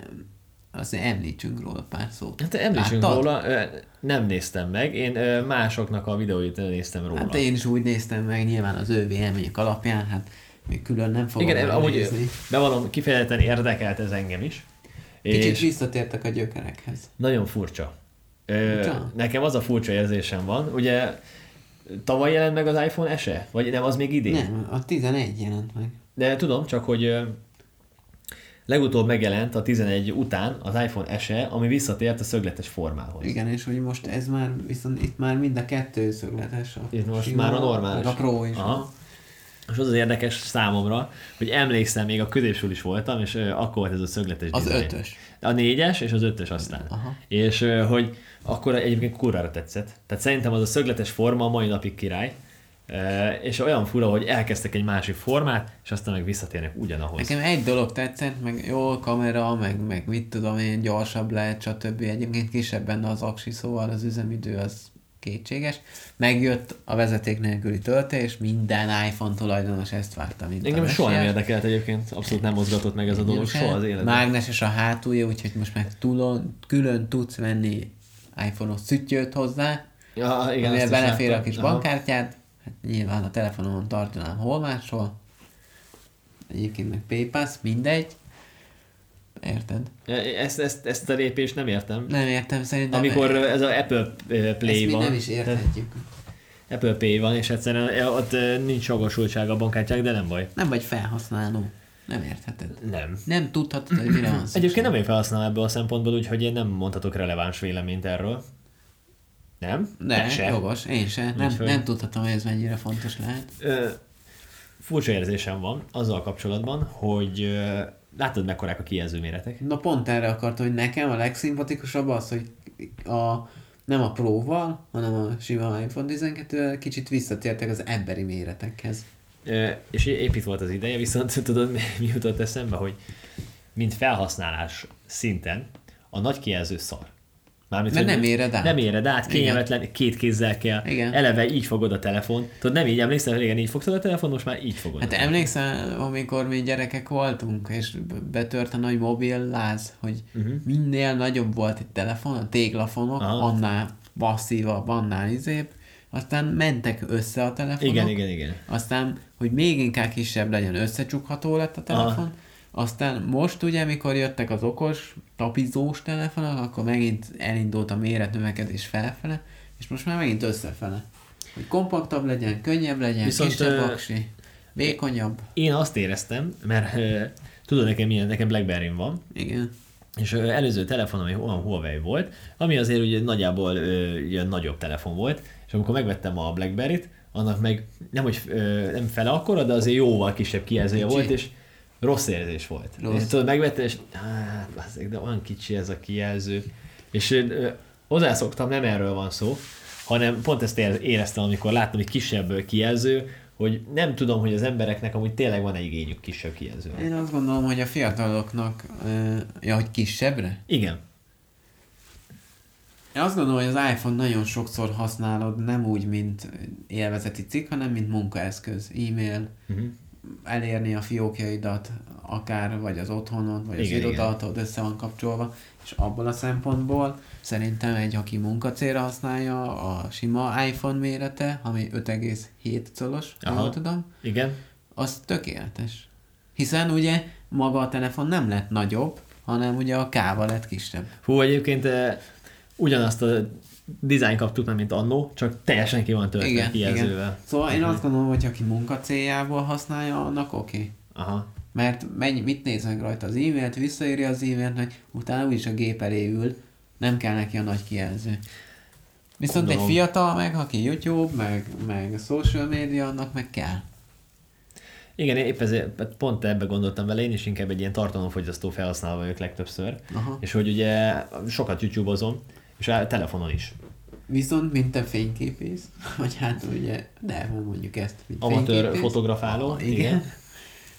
Speaker 2: azért említsünk róla pár szót.
Speaker 1: Hát említsünk
Speaker 2: Láttad?
Speaker 1: róla, ö, nem néztem meg, én ö, másoknak a videóit néztem róla.
Speaker 2: Hát én is úgy néztem meg, nyilván az ő vélemények alapján, hát még külön nem fogom
Speaker 1: Igen, amúgy
Speaker 2: megnézni.
Speaker 1: bevallom, kifejezetten érdekelt ez engem is.
Speaker 2: Kicsit
Speaker 1: És
Speaker 2: visszatértek a gyökerekhez.
Speaker 1: nagyon furcsa. Ö,
Speaker 2: Furcsa?
Speaker 1: nekem az a furcsa érzésem van, ugye tavaly jelent meg az iPhone SE? Vagy nem, az még idén?
Speaker 2: Nem, a 11 jelent meg.
Speaker 1: De tudom, csak hogy ö, legutóbb megjelent a 11 után az iPhone SE, ami visszatért a szögletes formához.
Speaker 2: Igen, és hogy most ez már, viszont itt már mind a kettő szögletes. A
Speaker 1: Itt most
Speaker 2: sima,
Speaker 1: már a normális.
Speaker 2: meg A Pro is.
Speaker 1: Aha. És az az érdekes számomra, hogy emlékszem, még a középsül is voltam, és ö, akkor volt ez a szögletes
Speaker 2: Az
Speaker 1: design.
Speaker 2: ötös.
Speaker 1: A négyes és az ötös aztán.
Speaker 2: Aha.
Speaker 1: És ö, hogy akkor egyébként kurvára tetszett. Tehát szerintem az a szögletes forma a mai napig király. Ö, És olyan fura, hogy elkezdtek egy másik formát, és aztán meg visszatérnek ugyanahoz.
Speaker 2: Nekem egy dolog tetszett, meg jó kamera, meg, meg mit tudom én, gyorsabb lehet, stb. Egyébként kisebb benne az aksi, szóval az üzemidő az kétséges. Megjött a vezeték nélküli töltés, minden iPhone tulajdonos ezt várta, mint
Speaker 1: Engem
Speaker 2: a
Speaker 1: soha nem
Speaker 2: messiás.
Speaker 1: érdekelt egyébként, abszolút nem mozgatott meg ez a dolog, soha az életben.
Speaker 2: Mágneses a hátulja, úgyhogy most meg tulon, külön tudsz venni iPhone-os szüttyőt hozzá,
Speaker 1: Ja,
Speaker 2: igen,
Speaker 1: azt
Speaker 2: amivel
Speaker 1: is
Speaker 2: belefér a
Speaker 1: láttam.
Speaker 2: kis
Speaker 1: Aha.
Speaker 2: bankkártyát. Hát nyilván a telefonomon tartanám hol máshol. Egyébként meg PayPass, mindegy. Érted?
Speaker 1: Ezt, ezt, ezt a lépést nem értem.
Speaker 2: Nem értem szerintem.
Speaker 1: Amikor ez az Apple eh, Play
Speaker 2: ezt mi
Speaker 1: van.
Speaker 2: nem is érthetjük.
Speaker 1: Apple Pay van, és egyszerűen eh, ott eh, nincs jogosultság a bankkártyák, de nem baj.
Speaker 2: Nem vagy felhasználó. Nem értheted.
Speaker 1: Nem.
Speaker 2: Nem tudhatod, hogy mire van szükség.
Speaker 1: Egyébként nem én felhasználom ebből a szempontból, úgyhogy én nem mondhatok releváns véleményt erről. Nem?
Speaker 2: Ne,
Speaker 1: Te se.
Speaker 2: jogos, én se. Nem,
Speaker 1: Úgyhogy-
Speaker 2: nem tudhatom, hogy ez mennyire fontos lehet.
Speaker 1: Ö, furcsa érzésem van azzal kapcsolatban, hogy ö, látod mekkorák a kijelző méretek?
Speaker 2: Na pont erre akartam, hogy nekem a legszimpatikusabb az, hogy a, nem a Pro-val, hanem a sima iPhone 12 kicsit visszatértek az emberi méretekhez.
Speaker 1: Ö, és épp itt volt az ideje, viszont tudod, mi- mi jutott eszembe, hogy mint felhasználás szinten a nagy kijelző szar. Mármint,
Speaker 2: Mert
Speaker 1: hogy
Speaker 2: nem éred át.
Speaker 1: Nem éred át, kényelmetlen, Igen. két kézzel kell,
Speaker 2: Igen.
Speaker 1: eleve így fogod a telefon. Tudod, nem így emlékszel, régen így fogtad a telefon, most már így fogod.
Speaker 2: Hát
Speaker 1: a telefon.
Speaker 2: emlékszel, amikor mi gyerekek voltunk, és b- betört a nagy mobil láz, hogy uh-huh. minél nagyobb volt egy telefon, a téglafonok,
Speaker 1: Mhm. Aha.
Speaker 2: Aha. annál masszívabb, annál izébb, aztán mentek össze a telefonok.
Speaker 1: Igen, igen, igen.
Speaker 2: Aztán, hogy még inkább kisebb legyen, összecsukható lett a telefon.
Speaker 1: Aha.
Speaker 2: Aztán most ugye, mikor jöttek az okos, tapizós telefonok, akkor megint elindult a méretnövekedés felfele, és most már megint összefele. Hogy kompaktabb legyen, könnyebb legyen,
Speaker 1: Viszont,
Speaker 2: Viszont, kisebb
Speaker 1: ö,
Speaker 2: aksi, vékonyabb.
Speaker 1: Én azt éreztem, mert ö, tudod nekem milyen, nekem blackberry van,
Speaker 2: Igen.
Speaker 1: és ö, előző telefon, ami olyan Huawei volt, ami azért ugye nagyjából ö, ilyen nagyobb telefon volt, és amikor megvettem a Blackberry-t, annak meg nem, hogy ö, nem fele akkora, de azért jóval kisebb kijelzője
Speaker 2: Kicsi.
Speaker 1: volt, és rossz érzés volt.
Speaker 2: Rossz.
Speaker 1: És tudod, megvettem, és hát, bazzeg, de olyan kicsi ez a kijelző. És ö, hozzászoktam, nem erről van szó, hanem pont ezt ér- éreztem, amikor láttam, hogy kisebb ö, kijelző, hogy nem tudom, hogy az embereknek amúgy tényleg van egy igényük kisebb kijelzőre.
Speaker 2: Én azt gondolom, hogy a fiataloknak, ö, ja, hogy kisebbre?
Speaker 1: Igen.
Speaker 2: Én azt gondolom, hogy az iPhone nagyon sokszor használod, nem úgy, mint élvezeti cikk, hanem mint munkaeszköz, e-mail,
Speaker 1: Mhm.
Speaker 2: uh-huh. elérni a fiókjaidat, akár vagy az otthonod, vagy
Speaker 1: Igen,
Speaker 2: az
Speaker 1: igen.
Speaker 2: irodatod össze van kapcsolva, és abból a szempontból szerintem egy, aki munkacélra használja a sima iPhone mérete, ami 5,7 colos, ha
Speaker 1: Aha.
Speaker 2: jól tudom,
Speaker 1: Igen.
Speaker 2: az tökéletes. Hiszen ugye maga a telefon nem lett nagyobb, hanem ugye a káva lett kisebb.
Speaker 1: Hú, egyébként eh, ugyanazt a dizájn kaptuk már, mint annó, csak teljesen ki van töltve
Speaker 2: Igen,
Speaker 1: kijelzővel. Mhm.
Speaker 2: igen. Szóval én azt gondolom, hogy aki munka céljából használja, annak oké. Okay.
Speaker 1: Aha.
Speaker 2: Mert mennyi, mit néz meg rajta az e-mailt, visszaírja az e-mailt, hogy utána úgyis a gép elé ül, nem kell neki a nagy kijelző. Viszont
Speaker 1: Gondolom.
Speaker 2: egy fiatal meg, aki YouTube, meg, meg social media, annak meg kell.
Speaker 1: Igen, épp ezért hát pont ebbe gondoltam vele, én is inkább egy ilyen tartalomfogyasztó felhasználó vagyok legtöbbször,
Speaker 2: Aha.
Speaker 1: és hogy ugye sokat YouTube-ozom, és a telefonon is.
Speaker 2: Viszont mint te fényképész, vagy hát ugye, de mondjuk ezt, mint
Speaker 1: Amatőr
Speaker 2: fényképész.
Speaker 1: fotografáló,
Speaker 2: Ah, igen.
Speaker 1: igen.
Speaker 2: igen.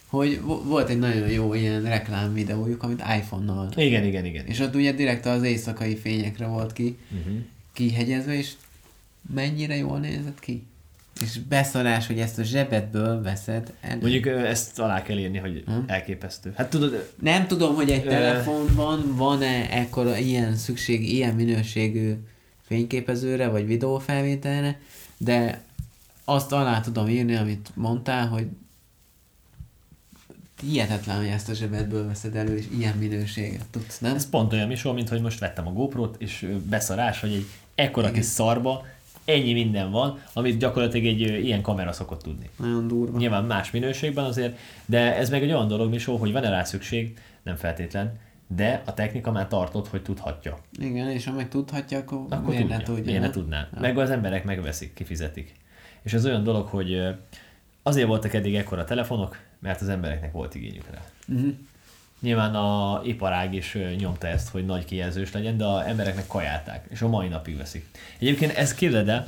Speaker 2: Hogy vo- volt egy nagyon jó ilyen reklám videójuk, amit iPhone-nal
Speaker 1: Igen, igen, igen.
Speaker 2: És ott ugye direkt az éjszakai
Speaker 1: Mhm.
Speaker 2: fényekre volt ki, uh-huh. kihegyezve, és mennyire jól nézett ki. És beszarás, hogy ezt a zsebedből veszed el.
Speaker 1: Mondjuk ö, ezt alá kell írni, hogy
Speaker 2: Mhm.
Speaker 1: elképesztő. Hát tudod, ö,
Speaker 2: Nem tudom, hogy egy
Speaker 1: Ö.
Speaker 2: telefonban van-e ekkora ilyen szükség, ilyen minőségű fényképezőre, vagy videófelvételre, de azt alá tudom írni, amit mondtál, hogy hihetetlen, hogy ezt a zsebedből veszed elő, és ilyen minőséget tudsz, nem?
Speaker 1: ez pont olyan misor, mint hogy most vettem a GoPro-t, és ö, beszarás, hogy egy ekkora kis szarba ennyi minden van, amit gyakorlatilag egy ö, ilyen kamera szokott tudni.
Speaker 2: Nagyon durva.
Speaker 1: Nyilván más minőségben azért, de ez meg egy olyan dolog, Misó, hogy van-e rá szükség, nem feltétlen, de a technika már tartott, hogy tudhatja.
Speaker 2: Igen, és ha meg tudhatja, akkor,
Speaker 1: Akkor
Speaker 2: miért
Speaker 1: tudja,
Speaker 2: ne tudja? Hát-
Speaker 1: miért ne
Speaker 2: nem?
Speaker 1: tudná. Meg az emberek megveszik, kifizetik. És ez olyan dolog, hogy ö, azért voltak eddig ekkora telefonok, mert az embereknek volt igényük rá.
Speaker 2: Mhm.
Speaker 1: Nyilván a iparág is ö, nyomta ezt, hogy nagy kijelzős legyen, de a embereknek kajálták, és a mai napig veszik. Egyébként ez képzeld el,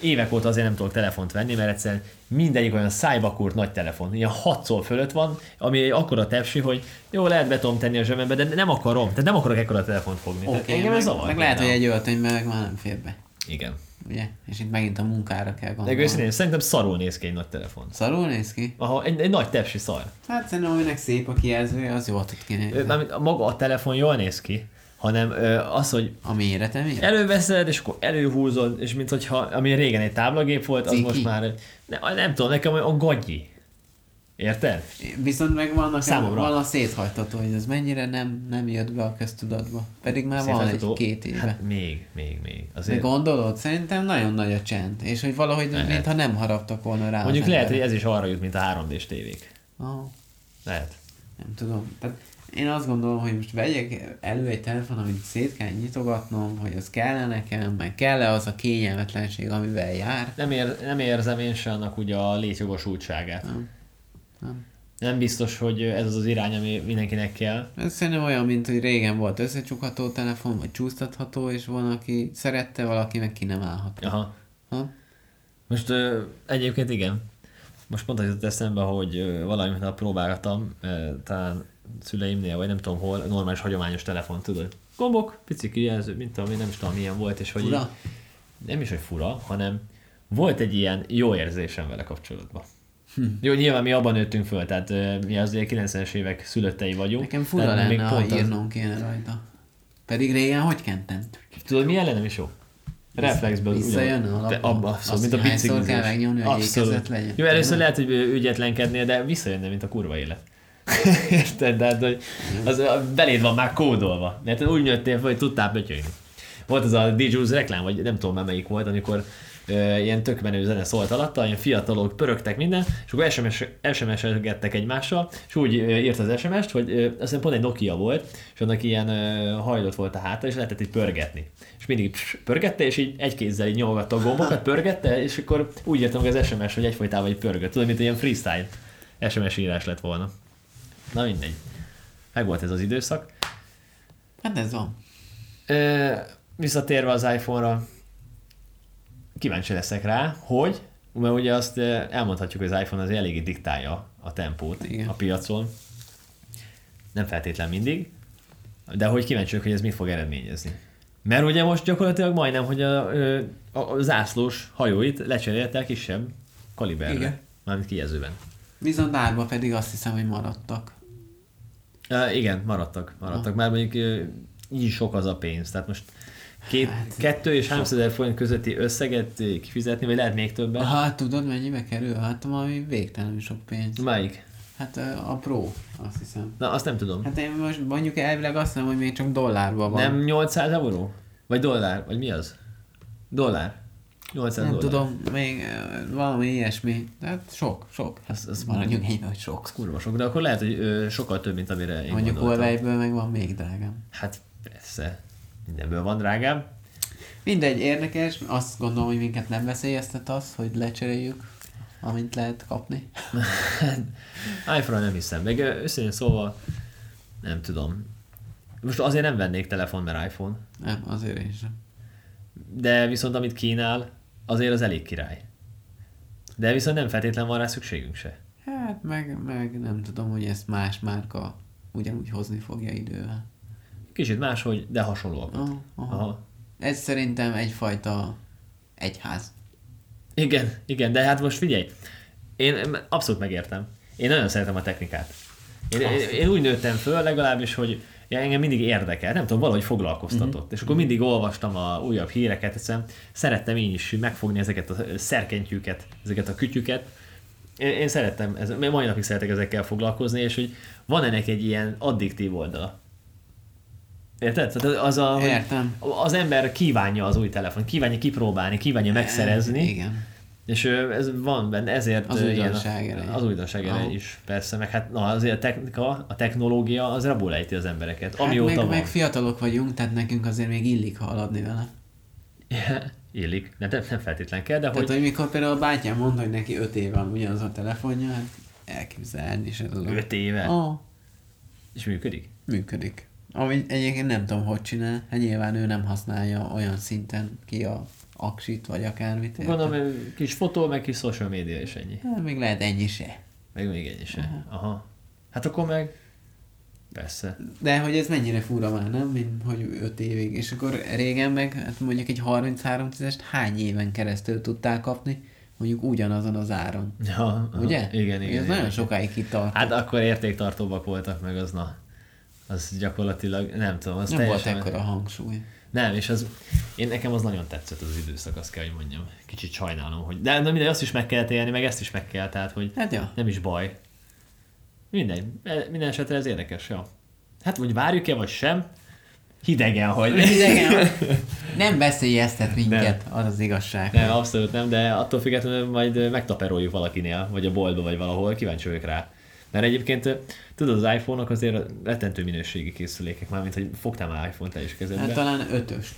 Speaker 1: évek óta azért nem tudok telefont venni, mert egyszerűen mindegyik olyan szájbakúrt nagy telefon, ilyen 6 szor fölött van, ami egy akkora tepsi, hogy jó, lehet be tudom tenni a zsebembe, de nem akarom, tehát nem akarok ekkora telefont fogni.
Speaker 2: Oké,
Speaker 1: Tehát
Speaker 2: okay,
Speaker 1: engem
Speaker 2: meg,
Speaker 1: ez zavar.
Speaker 2: meg lehet, hogy
Speaker 1: például.
Speaker 2: egy öltönyben meg már nem fér be,
Speaker 1: Igen.
Speaker 2: ugye? És itt megint a munkára kell
Speaker 1: De
Speaker 2: gondolni.
Speaker 1: őszintén, szerintem szarul néz ki egy nagy telefon.
Speaker 2: Szarul néz ki?
Speaker 1: Aha, egy, egy nagy tepsi szar.
Speaker 2: Hát szerintem, aminek szép a kijelzője, az jól tud
Speaker 1: Ö,
Speaker 2: kinézni.
Speaker 1: Mármint a maga a telefon jól néz ki, hanem ö, az, hogy
Speaker 2: A mérete miért?
Speaker 1: előveszed, és akkor előhúzod, és mint hogyha, ami régen egy táblagép volt, az
Speaker 2: Ciki.
Speaker 1: most már, ne, nem tudom, nekem olyan gagyi. Érted?
Speaker 2: Hát Viszont meg vannak
Speaker 1: Számomra.
Speaker 2: van a széthajtató, hogy ez mennyire nem, nem jött be a köztudatba. Pedig már van egy
Speaker 1: Szétfeltudó-
Speaker 2: két éve.
Speaker 1: Hát még, még, még.
Speaker 2: de
Speaker 1: Azért
Speaker 2: gondolod? Szerintem nagyon nagy a csend. És hogy valahogy,
Speaker 1: Lehet.
Speaker 2: mintha nem haraptak volna rá. az
Speaker 1: mondjuk lehet, hogy
Speaker 2: emberek.
Speaker 1: ez is arra jut, mint a 3D-s tévék.
Speaker 2: Ah,
Speaker 1: Lehet.
Speaker 2: nem tudom. Tehát én azt gondolom, hogy most vegyek elő egy telefon, amit szét kell nyitogatnom, hogy az kell nekem, meg kell-e az a kényelmetlenség, amivel jár.
Speaker 1: Nem, ér, nem érzem én se annak ugye a létjogosultságát. Nem.
Speaker 2: Nem.
Speaker 1: nem biztos, hogy ez az az irány, ami mindenkinek kell.
Speaker 2: Ez szerintem olyan, mint hogy régen volt összecsukható telefon, vagy csúsztatható, és van, aki szerette, valaki meg ki nem állhat.
Speaker 1: Aha.
Speaker 2: Ha?
Speaker 1: Most ö, egyébként igen. Most pont az jutott eszembe, hogy ö, valamit nap próbáltam, ö, talán szüleimnél, vagy nem tudom hol, normális hagyományos telefon, tudod? Gombok, pici kijelző, mint tudom én, nem is tudom milyen volt, és hogy
Speaker 2: Fura?
Speaker 1: nem is, hogy fura, hanem volt egy ilyen jó érzésem vele kapcsolatban. Hm. Jó, nyilván mi abban nőttünk föl, tehát ö, mi azért 90-es évek szülöttei vagyunk.
Speaker 2: Nekem fura
Speaker 1: tehát
Speaker 2: lenne, ha
Speaker 1: az-
Speaker 2: írnom kéne rajta. Pedig régen hogy kentem?
Speaker 1: Tudod, mi ellen nem is jó? Reflexből.
Speaker 2: Vissza-
Speaker 1: ugyanúgy.
Speaker 2: visszajön a
Speaker 1: Te
Speaker 2: lapon.
Speaker 1: abba,
Speaker 2: Azt,
Speaker 1: szóval, mint a
Speaker 2: hogy hányszor
Speaker 1: biciklizés.
Speaker 2: kell megnyomni, hogy ékezett legyen.
Speaker 1: Jó, először lehet, hogy ügyetlenkednél, de visszajönne, mint a kurva élet. Érted? Tehát, hogy az a- beléd van már kódolva. Mert te úgy nőttél fel, hogy tudtál pötyögni. Volt az a DJ's reklám, vagy nem tudom már melyik volt, amikor ö, ilyen tök menő zene szólt alatta, ilyen fiatalok pörögtek minden, és akkor SMS, SMS-elgettek egymással, és úgy ö, írt az SMS-t, hogy ö, azt hiszem pont egy Nokia volt, és annak ilyen ö, hajlott volt a háta, és lehetett így pörgetni. És mindig pss, pörgette, és így egy kézzel így nyomogatta a gombokat, pörgette, és akkor úgy írtam meg az SMS, hogy egyfolytában egy pörgött. Tudod, mint egy ilyen freestyle SMS írás lett volna. Na mindegy. Meg volt ez az időszak.
Speaker 2: Hát ez van.
Speaker 1: Ö, visszatérve az iPhone-ra, kíváncsi leszek rá, hogy, mert ugye azt ö, elmondhatjuk, hogy az iPhone az eléggé diktálja a tempót
Speaker 2: Igen.
Speaker 1: a piacon. Nem feltétlen mindig, de hogy kíváncsi vagyok, hogy ez mit fog eredményezni. Mert ugye most gyakorlatilag majdnem, hogy a, ö, a, a zászlós hajóit lecserélte a kisebb kaliberre.
Speaker 2: Igen.
Speaker 1: Igen. Mármint kijelzőben.
Speaker 2: Viszont árba pedig azt hiszem, hogy maradtak.
Speaker 1: Uh, igen, maradtak,
Speaker 2: Ah.
Speaker 1: maradtak. Már mondjuk uh, így is sok az a pénz. Tehát most két, hát, kettő és 300 ezer forint közötti összeget ö, kifizetni, vagy lehet még többet. Aha.
Speaker 2: Hát tudod, mennyibe kerül? Hát valami végtelenül sok pénz.
Speaker 1: Melyik?
Speaker 2: Hát ö, a Pro, azt hiszem.
Speaker 1: Na, azt nem tudom. Hát,
Speaker 2: Hát én most mondjuk elvileg azt hiszem, hogy még csak dollárban van.
Speaker 1: nem 800 euró? Vagy dollár? Vagy mi az? Dollár. 800
Speaker 2: nem
Speaker 1: dollár.
Speaker 2: tudom, még ö, valami ilyesmi. Hát sok, sok.
Speaker 1: Az, az
Speaker 2: Maradjunk ennyi, hogy sok.
Speaker 1: kurva sok, de akkor lehet, hogy ö, sokkal több, mint amire én
Speaker 2: Mondjuk
Speaker 1: gondoltam.
Speaker 2: olajból meg van még drágám.
Speaker 1: Hát persze, mindenből van drágább.
Speaker 2: Mindegy, érdekes, azt gondolom, hogy minket nem veszélyeztet az, hogy lecseréljük, amint lehet kapni.
Speaker 1: iPhone nem hiszem, meg ö, őszintén szóval nem tudom. Most azért nem vennék telefon, mert iPhone.
Speaker 2: Nem, azért én sem.
Speaker 1: De viszont amit kínál, azért az elég király. De viszont nem feltétlen van rá szükségünk se.
Speaker 2: Hát meg, meg nem tudom, hogy ezt más márka ugyanúgy hozni fogja idővel.
Speaker 1: Kicsit máshogy, de Hát, hasonlóak.
Speaker 2: Aha, aha.
Speaker 1: Aha.
Speaker 2: Ez szerintem egyfajta egyház.
Speaker 1: Igen, igen, de hát most figyelj, én abszolút megértem. Én nagyon szeretem a technikát. Én, én, én úgy nőttem föl legalábbis, hogy ja, engem mindig érdekel, nem tudom, valahogy foglalkoztatott.
Speaker 2: Mhm.
Speaker 1: Mm-hmm. És akkor mindig olvastam a újabb híreket, egyszerűen szerettem én is megfogni ezeket a szerkentyűket, ezeket a kütyüket. Én, én szerettem, ez, mai napig szeretek ezekkel foglalkozni, és hogy van ennek egy ilyen addiktív oldala. Érted? Tehát az a, hogy
Speaker 2: Értem.
Speaker 1: az ember kívánja az új telefon, kívánja kipróbálni, kívánja megszerezni.
Speaker 2: Igen.
Speaker 1: És ö, ez van benne, ezért
Speaker 2: Az
Speaker 1: ö,
Speaker 2: újdonság
Speaker 1: ilyen,
Speaker 2: ereje.
Speaker 1: az újdonság ereje
Speaker 2: Aha.
Speaker 1: is, persze, meg hát na, azért a technika, a technológia az rabul ejti az embereket,
Speaker 2: Hát
Speaker 1: amióta
Speaker 2: meg,
Speaker 1: van.
Speaker 2: meg fiatalok vagyunk, tehát nekünk azért még illik haladni vele.
Speaker 1: Illik, de nem, nem feltétlen kell, de
Speaker 2: Tehát,
Speaker 1: hogy
Speaker 2: hogy mikor például a bátyám mondta, hogy neki 5 év van ugyanaz a telefonja, hát elképzelni is ez az.
Speaker 1: öt éve,
Speaker 2: Ó,
Speaker 1: és működik.
Speaker 2: működik. Ami egyébként nem tudom, hogy csinál, hát nyilván ő nem használja olyan szinten ki a aksit, vagy akármit. érted?
Speaker 1: Gondolom, ö, kis fotó, meg kis social média és ennyi.
Speaker 2: Hát, még lehet ennyi se.
Speaker 1: Meg még ennyi se. Aha. Hát akkor meg, persze.
Speaker 2: De hogy ez mennyire fura már, nem? Mint hogy 5 évig. És akkor régen meg, hát mondjuk egy 33 tízest hány éven keresztül tudtál kapni, mondjuk ugyanazon az áron.
Speaker 1: Ja, aha.
Speaker 2: Ugye?
Speaker 1: Igen, igen.
Speaker 2: Ez
Speaker 1: igen.
Speaker 2: nagyon sokáig kitart.
Speaker 1: Hát akkor értéktartóbbak voltak meg, az na. Az gyakorlatilag, nem tudom, az
Speaker 2: nem volt
Speaker 1: teljesen...
Speaker 2: ekkora hangsúly.
Speaker 1: Nem, és az, én nekem az nagyon tetszett az időszak, azt kell, hogy mondjam. Kicsit sajnálom, hogy... De, de mindegy, azt is meg kell élni, meg ezt is meg kell, tehát, hogy
Speaker 2: Hát ja.
Speaker 1: nem is baj. Mindegy, E- minden esetre ez érdekes, ja. Hát, hogy várjuk-e, vagy sem, hidegen, hogy...
Speaker 2: Idegen. Nem veszélyeztet minket, az az igazság.
Speaker 1: Nem, abszolút nem, de attól függetlenül majd megtaperoljuk valakinél, vagy a boltba, vagy valahol, kíváncsi vagyok rá. Mert egyébként, tudod, az iPhone-ok azért rettentő minőségi készülékek, mármint, hogy fogtam már iPhone-t el is kezedbe.
Speaker 2: Hát talán ötöst.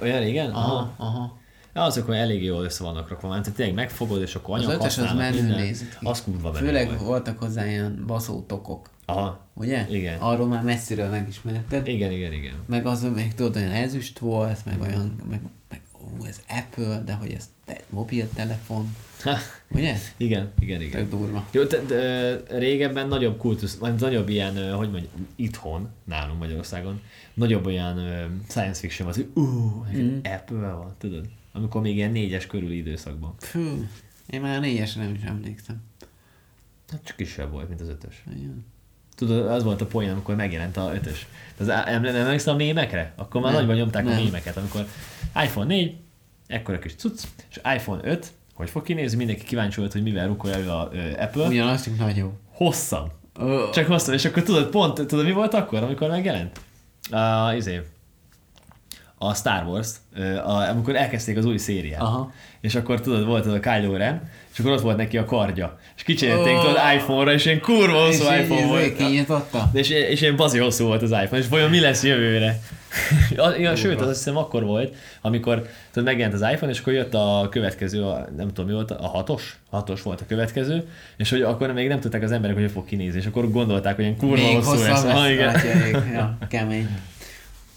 Speaker 1: Olyan igen?
Speaker 2: Aha, aha.
Speaker 1: Ja, azok olyan eléggé jól össze vannak rakva, mert tényleg megfogod, és akkor
Speaker 2: Az
Speaker 1: anyag
Speaker 2: ötös az
Speaker 1: használat,
Speaker 2: menő
Speaker 1: minden.
Speaker 2: nézett ki.
Speaker 1: Az kurva menő
Speaker 2: Főleg
Speaker 1: volt.
Speaker 2: voltak hozzá ilyen baszótokok,
Speaker 1: Aha.
Speaker 2: ugye?
Speaker 1: Igen.
Speaker 2: Arról már messziről megismerted.
Speaker 1: Igen, igen, igen.
Speaker 2: Meg az, meg tudod, olyan ezüst volt, meg olyan, meg, meg ó, ez Apple, de hogy ez te, mobiltelefon.
Speaker 1: Ha,
Speaker 2: Ugye?
Speaker 1: igen, igen, igen.
Speaker 2: Tök durva.
Speaker 1: Jó, te, de, régebben nagyobb kultusz, vagy nagyobb ilyen, ö, hogy mondjuk, itthon, nálunk Magyarországon, nagyobb olyan ö, science fiction volt, hogy ú, mm.
Speaker 2: Mhm.
Speaker 1: Apple van, tudod? Amikor még ilyen négyes körül időszakban.
Speaker 2: Fú, én már négyesre nem is emlékszem.
Speaker 1: Hát csak kisebb volt, mint az ötös.
Speaker 2: Igen.
Speaker 1: Tudod, az volt a poén, amikor megjelent a ötös. Az, em- em- emlékszel a mémekre? Akkor már
Speaker 2: Nem.
Speaker 1: nagyban nyomták
Speaker 2: Nem.
Speaker 1: a mémeket, amikor iPhone 4, ekkora kis cucc, és iPhone 5, hogy fog kinézni, mindenki kíváncsi volt, hogy mivel rukolja ő a ö, Apple. Ugyan.
Speaker 2: Ugyanaz, csak nagyobb.
Speaker 1: Hosszabb.
Speaker 2: Ö,
Speaker 1: Csak hosszabb, és akkor tudod, pont, tudod mi volt akkor, amikor megjelent? A, izé, a Star Wars, ö, a, amikor elkezdték az új szériát.
Speaker 2: Aha.
Speaker 1: És akkor tudod, volt az a Kylo Ren, és akkor ott volt neki a kardja. És kicserélték
Speaker 2: Ó.
Speaker 1: tudod iPhone-ra, és én kurva
Speaker 2: és
Speaker 1: hosszú
Speaker 2: így-
Speaker 1: iPhone
Speaker 2: így
Speaker 1: volt.
Speaker 2: Szóval kinyitotta.
Speaker 1: És, és ilyen bazi hosszú volt az iPhone, és vajon mi lesz jövőre? Ja, ja, Sőt, az azt hiszem akkor volt, amikor tudod, megjelent az iPhone, és akkor jött a következő, a, nem tudom mi volt, a hatos? Hatos volt a következő, és hogy akkor még nem tudták az emberek, hogy hogy fog kinézni, és akkor gondolták, hogy ilyen kurva
Speaker 2: Még
Speaker 1: hosszú
Speaker 2: hosszabb
Speaker 1: lesz.
Speaker 2: lesz.
Speaker 1: Ah, igen.
Speaker 2: igen. Ja, kemény.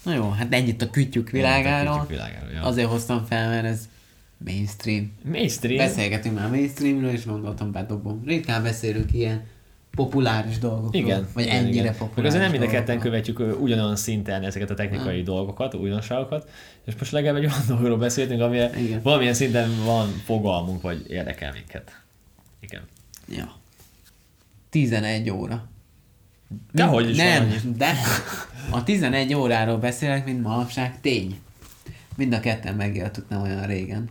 Speaker 2: Na jó, hát ennyit a kütyük világáról.
Speaker 1: kütyük világáról, ja.
Speaker 2: Azért hoztam fel, mert ez mainstream.
Speaker 1: Mainstream.
Speaker 2: Beszélgetünk már mainstreamről, és gondoltam bedobom. Ritkán beszélünk ilyen populáris dolgokról.
Speaker 1: Igen.
Speaker 2: Vagy
Speaker 1: igen,
Speaker 2: ennyire
Speaker 1: igen.
Speaker 2: populáris Hm.
Speaker 1: Meg azért nem mind a
Speaker 2: dolgokról.
Speaker 1: ketten követjük ö, ugyanolyan szinten ezeket a technikai dolgokat, újdonságokat, és most legalább egy olyan dologról beszéltünk, ami
Speaker 2: Igen.
Speaker 1: valamilyen szinten van fogalmunk, vagy érdekel minket. Igen.
Speaker 2: Ja. 11 óra.
Speaker 1: Dehogy is
Speaker 2: nem,
Speaker 1: van annyi.
Speaker 2: de a 11 óráról beszélek, mint manapság tény. Mind a ketten megéltük nem olyan régen.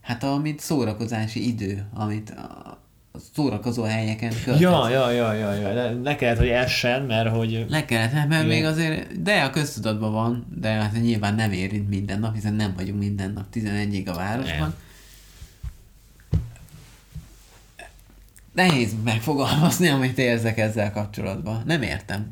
Speaker 2: Hát amit szórakozási idő, amit a a szórakozó helyeken költesz.
Speaker 1: Ja, ja, ja, ja, ja. Ne, ne kellett, hogy essen, mert hogy...
Speaker 2: Le kellett, hát mert még azért, de a köztudatban van, de hát nyilván nem érint minden nap, hiszen nem vagyunk minden nap 11-ig a városban.
Speaker 1: Nem.
Speaker 2: Nehéz megfogalmazni, amit érzek ezzel kapcsolatban. Nem értem.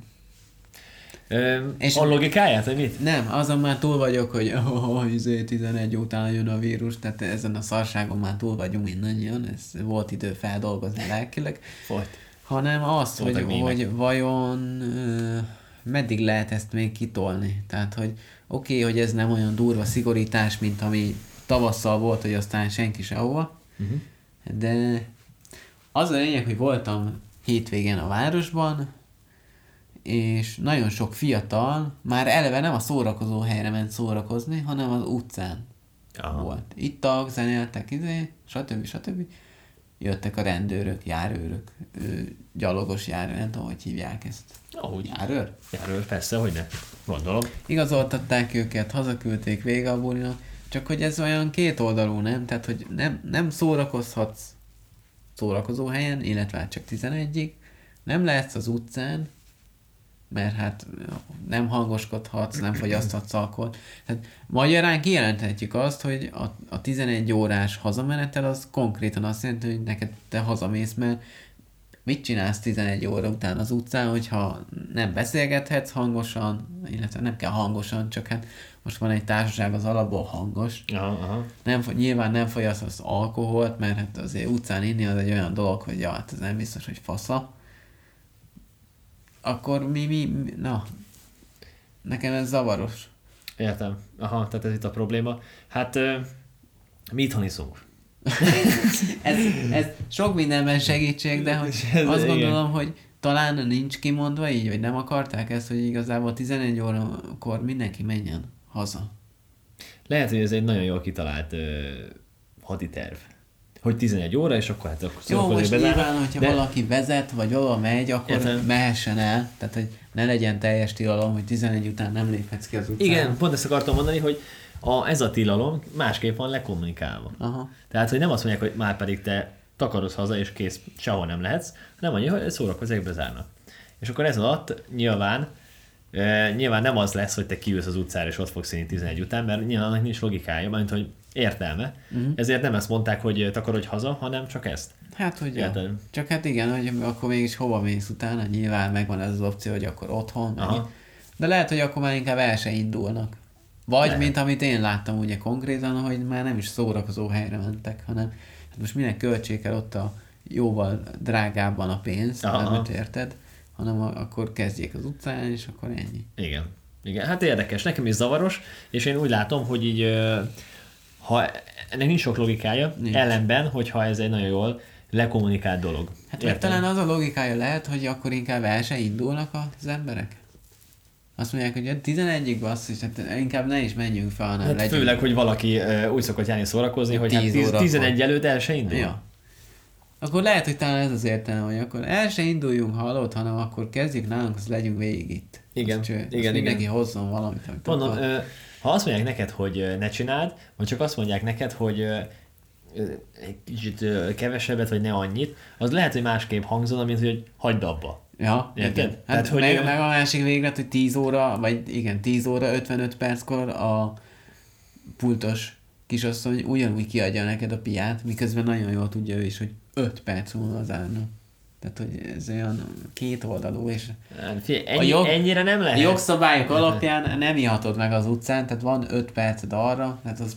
Speaker 1: Ö,
Speaker 2: És-
Speaker 1: és a logikáját, hogy mit?
Speaker 2: Nem, azon már túl vagyok, hogy oh, oh, izé, 11 után jön a vírus, tehát ezen a szarságon már túl vagyunk mindannyian, ez volt idő feldolgozni lelkileg,
Speaker 1: Volt.
Speaker 2: hanem azt, hogy,
Speaker 1: Voltak mémek.
Speaker 2: hogy vajon ö, meddig lehet ezt még kitolni. Tehát, hogy oké, okay, hogy ez nem olyan durva szigorítás, mint ami tavasszal volt, hogy aztán senki sehova, uh-huh. de az a lényeg, hogy voltam hétvégén a városban, és nagyon sok fiatal már eleve nem a szórakozó helyre ment szórakozni, hanem az utcán.
Speaker 1: Aha.
Speaker 2: volt. Ittak, zenéltek, izé, stb. stb. Jöttek a rendőrök, járőrök, ö, gyalogos járőr, nem tudom, hogy hívják ezt.
Speaker 1: Ahogy.
Speaker 2: Járőr?
Speaker 1: Erről persze, hogy ne. Gondolom.
Speaker 2: Igazoltatták őket, hazaküldték vége a bulinak, csak hogy ez olyan két oldalú, nem? Tehát, hogy nem, nem szórakozhatsz szórakozó helyen, illetve hát csak 11-ig, nem lehetsz az utcán, mert hát nem hangoskodhatsz, nem fogyaszthatsz alkoholt. Tehát magyarán kijelenthetjük azt, hogy a, a 11 órás hazamenetel az konkrétan azt jelenti, hogy neked te hazamész, mert mit csinálsz 11 óra után az utcán, hogyha nem beszélgethetsz hangosan, illetve nem kell hangosan, csak hát most van egy társaság az alapból hangos,
Speaker 1: Aha, aha.
Speaker 2: nem, fo- nyilván nem fogyasztasz alkoholt, mert hát azért utcán inni az egy olyan dolog, hogy ja, hát ez nem biztos, hogy fasza. Akkor mi, mi, mi na, nekem ez zavaros.
Speaker 1: Értem. Aha, tehát ez itt a probléma. Hát ö, mi itthon iszunk.
Speaker 2: Ez, ez sok mindenben segítség, de hogy
Speaker 1: Ez-
Speaker 2: azt
Speaker 1: igen.
Speaker 2: gondolom, hogy talán nincs kimondva így, vagy nem akarták ezt, hogy igazából 11 órakor mindenki menjen haza.
Speaker 1: Lehet, hogy ez egy nagyon jól kitalált ö, haditerv. Hogy 11 óra, és akkor hát akkor
Speaker 2: Jó,
Speaker 1: szórakozni
Speaker 2: most
Speaker 1: bezárnak,
Speaker 2: nyilván, hogyha
Speaker 1: de-
Speaker 2: valaki vezet, vagy valahol megy, akkor
Speaker 1: Értem.
Speaker 2: mehessen el. Tehát, hogy ne legyen teljes tilalom, hogy 11 után nem léphetsz ki az utcára.
Speaker 1: Igen, pont ezt akartam mondani, hogy a, ez a tilalom másképp van lekommunikálva.
Speaker 2: Aha.
Speaker 1: Tehát, hogy nem azt mondják, hogy már pedig te takarodsz haza, és kész, sehol nem lehetsz, hanem annyi, hogy szórakozók bezárnak. És akkor ez alatt nyilván, e, nyilván nem az lesz, hogy te kiülsz az utcára, és ott fogsz inni 11 után, mert nyilván annak nincs logikája, mert hogy értelme. Uh-huh. Ezért nem ezt mondták, hogy takarodj haza, hanem csak ezt.
Speaker 2: Hát, hogy ja.
Speaker 1: Értem.
Speaker 2: Csak hát igen, hogy akkor mégis hova mész utána, nyilván megvan ez az opció, hogy akkor otthon.
Speaker 1: Aha.
Speaker 2: Aha. De lehet, hogy akkor már inkább el se indulnak. Vagy, lehet. mint amit én láttam ugye konkrétan, hogy már nem is szórakozó helyre mentek, hanem hát most minek költsék el ott a jóval drágábban a pénz,
Speaker 1: Aha.
Speaker 2: nem érted, hanem a, akkor kezdjék az utcán, és akkor ennyi.
Speaker 1: Igen. Igen, hát érdekes, nekem is zavaros, és én úgy látom, hogy így, ö, ha ennek nincs sok logikája, nincs. ellenben, hogyha ez egy nagyon jól lekommunikált dolog.
Speaker 2: Hát mert talán az a logikája lehet, hogy akkor inkább el se indulnak az emberek. Azt mondják, hogy 11-ig basszus, hát inkább ne is menjünk fel, hanem
Speaker 1: Hát
Speaker 2: legyünk.
Speaker 1: főleg, hogy valaki ö, úgy szokott járni szórakozni, hogy hát
Speaker 2: Tíz
Speaker 1: 10,
Speaker 2: órakor.
Speaker 1: 11 előtt el se indul.
Speaker 2: Ja. Akkor lehet, hogy talán ez az értelem, hogy akkor el se induljunk halott, hanem akkor kezdjük nálunk, az legyünk végig itt.
Speaker 1: Igen,
Speaker 2: Azt cső, azt
Speaker 1: igen,
Speaker 2: mindenki hozzon valamit, amit
Speaker 1: Mondom,
Speaker 2: akar.
Speaker 1: ö, ha azt mondják neked, hogy ö, ne csináld, vagy csak azt mondják neked, hogy ö, ö, egy kicsit ö, kevesebbet, vagy ne annyit, az lehet, hogy másképp hangzol, mint hogy hagyd abba.
Speaker 2: Ja,
Speaker 1: érted?
Speaker 2: igen. Hát
Speaker 1: Tehát, hogy-
Speaker 2: meg, meg a másik véglet, hogy 10 óra, vagy igen, 10 óra 55 perckor a pultos kisasszony ugyanúgy kiadja neked a piát, miközben nagyon jól tudja ő is, hogy 5 perc múlva az állna. Tehát, hogy ez olyan két oldalú, és
Speaker 1: Hát Figyelj, ennyi,
Speaker 2: jog-
Speaker 1: ennyire nem
Speaker 2: A
Speaker 1: lehet.
Speaker 2: jogszabályok alapján nem ihatod meg az utcán, tehát van 5 perced arra, tehát az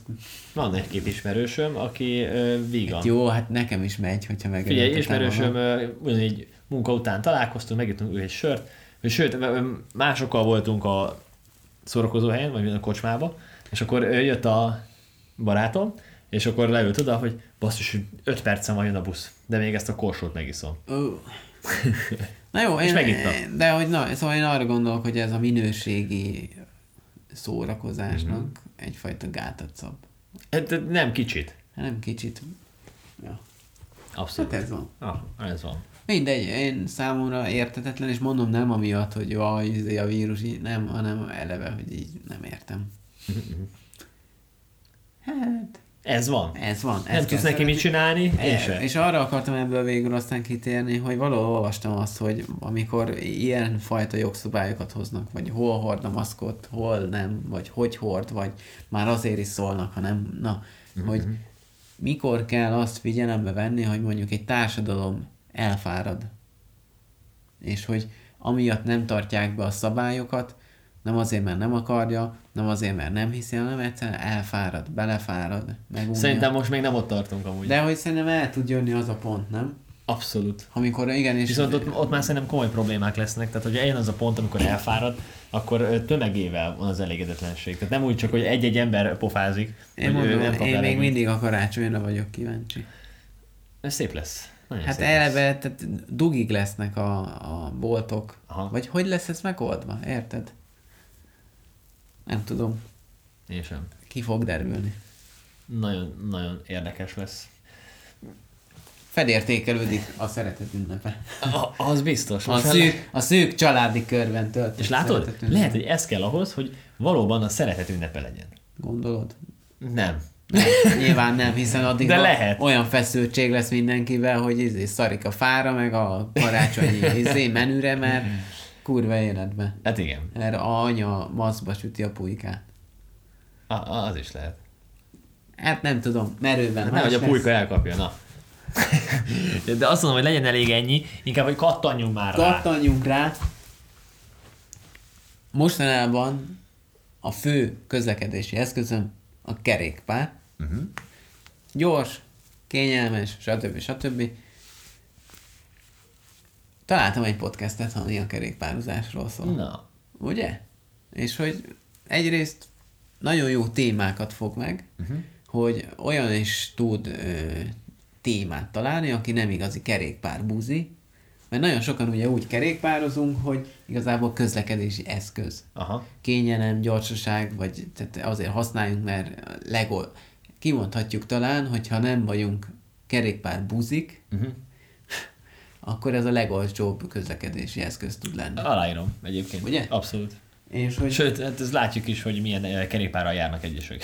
Speaker 1: Van egy-két ismerősöm, aki ö, vegan.
Speaker 2: jó, hát nekem is megy, hogyha meg.
Speaker 1: Figyelj, ismerősöm, ö, ugyanígy munka után találkoztunk, megittünk egy sört, vagy sőt, ö, ö, másokkal voltunk a szórakozó helyen, vagy a kocsmába, és akkor ö, jött a barátom, és akkor leült oda, hogy basszus, hogy 5 percen van jön a busz, de még ezt a korsót megiszom.
Speaker 2: Ö. Na jó,
Speaker 1: És
Speaker 2: én,
Speaker 1: megitta.
Speaker 2: de hogy na, szóval én arra gondolok, hogy ez a minőségi szórakozásnak
Speaker 1: Mhm.
Speaker 2: egyfajta gátat szab.
Speaker 1: Hát ö, nem kicsit.
Speaker 2: Hát Nem kicsit. Ja.
Speaker 1: Abszolút.
Speaker 2: Hát ez van.
Speaker 1: Ah, ez van.
Speaker 2: Mindegy, én számomra értetetlen, és mondom nem amiatt, hogy jaj, izé a vírus, így nem, hanem eleve, hogy így nem értem. Hát,
Speaker 1: Ez van.
Speaker 2: ez van. Ez
Speaker 1: Nem tudsz
Speaker 2: kell.
Speaker 1: neki mit csinálni, én
Speaker 2: E,
Speaker 1: sem.
Speaker 2: és arra akartam ebből végül aztán kitérni, hogy valahol olvastam azt, hogy amikor ilyen fajta jogszabályokat hoznak, vagy hol hord a maszkot, hol nem, vagy hogy hord, vagy már azért is szólnak, hanem na,
Speaker 1: Mhm.
Speaker 2: hogy mikor kell azt figyelembe venni, hogy mondjuk egy társadalom elfárad, és hogy amiatt nem tartják be a szabályokat, nem azért, mert nem akarja, nem azért, mert nem hiszi, hanem egyszerűen elfárad, belefárad, megunja.
Speaker 1: Szerintem most még nem ott tartunk amúgy.
Speaker 2: De hogy szerintem el tud jönni az a pont, nem?
Speaker 1: Abszolút.
Speaker 2: Amikor igen, és...
Speaker 1: Viszont ott, ott már szerintem komoly problémák lesznek, tehát hogy eljön az a pont, amikor elfárad, akkor ö, tömegével van az elégedetlenség. Tehát nem úgy csak, hogy egy-egy ember pofázik.
Speaker 2: én
Speaker 1: hogy ő
Speaker 2: mondom,
Speaker 1: kap
Speaker 2: én még
Speaker 1: levegőt.
Speaker 2: mindig a karácsonyra vagyok kíváncsi.
Speaker 1: Ez szép lesz. Nagyon
Speaker 2: Hát
Speaker 1: szép Lesz.
Speaker 2: eleve tehát dugig lesznek a, a boltok.
Speaker 1: Aha.
Speaker 2: Vagy hogy lesz ez megoldva, érted? Nem tudom,
Speaker 1: Én sem.
Speaker 2: ki fog derülni.
Speaker 1: Nagyon, nagyon érdekes lesz.
Speaker 2: Felértékelődik a szeretet ünnepe.
Speaker 1: A, az biztos.
Speaker 2: A
Speaker 1: Most már-
Speaker 2: szűk, a szűk családi körben töltött.
Speaker 1: És látod,
Speaker 2: szeretet ünnep.
Speaker 1: lehet, hogy ez kell ahhoz, hogy valóban a szeretet ünnepe legyen.
Speaker 2: Gondolod?
Speaker 1: Nem.
Speaker 2: Nyilván nem, hiszen addig
Speaker 1: De
Speaker 2: a-
Speaker 1: lehet.
Speaker 2: olyan feszültség lesz mindenkivel, hogy izé szarik a fára, meg a karácsonyi izé menüre, mert kurva életbe.
Speaker 1: Hát igen,
Speaker 2: Erre a anya maszba süti a pulykát.
Speaker 1: a, a, az is lehet.
Speaker 2: Hát nem tudom, merőben.
Speaker 1: Nem, hogy a
Speaker 2: más
Speaker 1: pulyka
Speaker 2: lesz.
Speaker 1: elkapja, na. De azt mondom, hogy legyen elég ennyi, inkább, hogy kattanjunk már rá.
Speaker 2: Kattanjunk rá. Mostanában a fő közlekedési eszközöm a kerékpár. Uh-huh. Gyors, kényelmes, stb. stb. Találtam egy podcastet, ami a kerékpározásról szól.
Speaker 1: Na,
Speaker 2: Ugye? És hogy egyrészt nagyon jó témákat fog meg, uh-huh. hogy olyan is tud ö, témát találni, aki nem igazi kerékpárbúzi, mert nagyon sokan ugye úgy kerékpározunk, hogy igazából közlekedési eszköz.
Speaker 1: aha.
Speaker 2: Kényelem, gyorsaság, vagy tehát azért használjunk, mert legol. Kimondhatjuk talán, hogyha nem vagyunk kerékpárbuzik, uh-huh. akkor ez a legolcsóbb közlekedési eszköz tud lenni.
Speaker 1: Aláírom egyébként.
Speaker 2: Ugye?
Speaker 1: Abszolút.
Speaker 2: És hogy...
Speaker 1: Sőt, hát ez látjuk is, hogy milyen eh, kerékpárral járnak egyesek.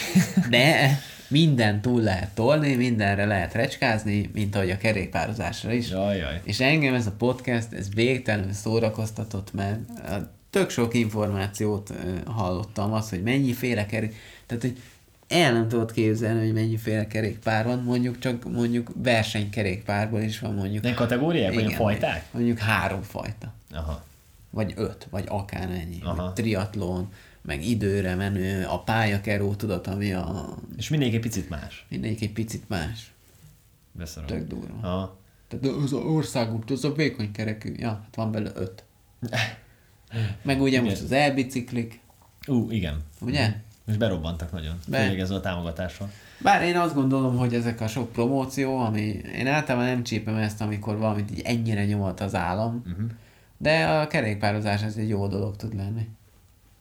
Speaker 2: De minden túl lehet tolni, mindenre lehet recskázni, mint ahogy a kerékpározásra is.
Speaker 1: jaj, jaj.
Speaker 2: És engem ez a podcast, ez végtelenül szórakoztatott, mert eh, tök sok információt eh, hallottam, az, hogy mennyiféle kerék... Tehát, hogy el nem tudod képzelni, hogy mennyiféle kerékpár van, mondjuk csak mondjuk versenykerékpárból is van mondjuk...
Speaker 1: Nem kategóriák, vagy a
Speaker 2: Igen,
Speaker 1: fajták?
Speaker 2: Mondjuk három fajta
Speaker 1: Aha.
Speaker 2: vagy öt, vagy akár ennyi.
Speaker 1: Aha.
Speaker 2: Vagy triatlon, meg időre menő, a pályakeró, tudod, ami a...
Speaker 1: És mindegyik egy picit más.
Speaker 2: Mindegyik egy picit más.
Speaker 1: Beszarom.
Speaker 2: Tök durva.
Speaker 1: Aha.
Speaker 2: Tehát az országunk, az a vékony kerekű. Ja, hát van belőle öt. Meg ugye most az elbiciklik,
Speaker 1: Ú, igen.
Speaker 2: ugye?
Speaker 1: Most berobbantak nagyon.
Speaker 2: Be.
Speaker 1: Főleg ezzel a támogatással.
Speaker 2: Bár én azt gondolom, hogy ezek a sok promóció, ami én általában nem csípem ezt, amikor valamit így ennyire nyomat az állam,
Speaker 1: Mhm.
Speaker 2: uh-huh. de a kerékpározás ez egy jó dolog tud lenni.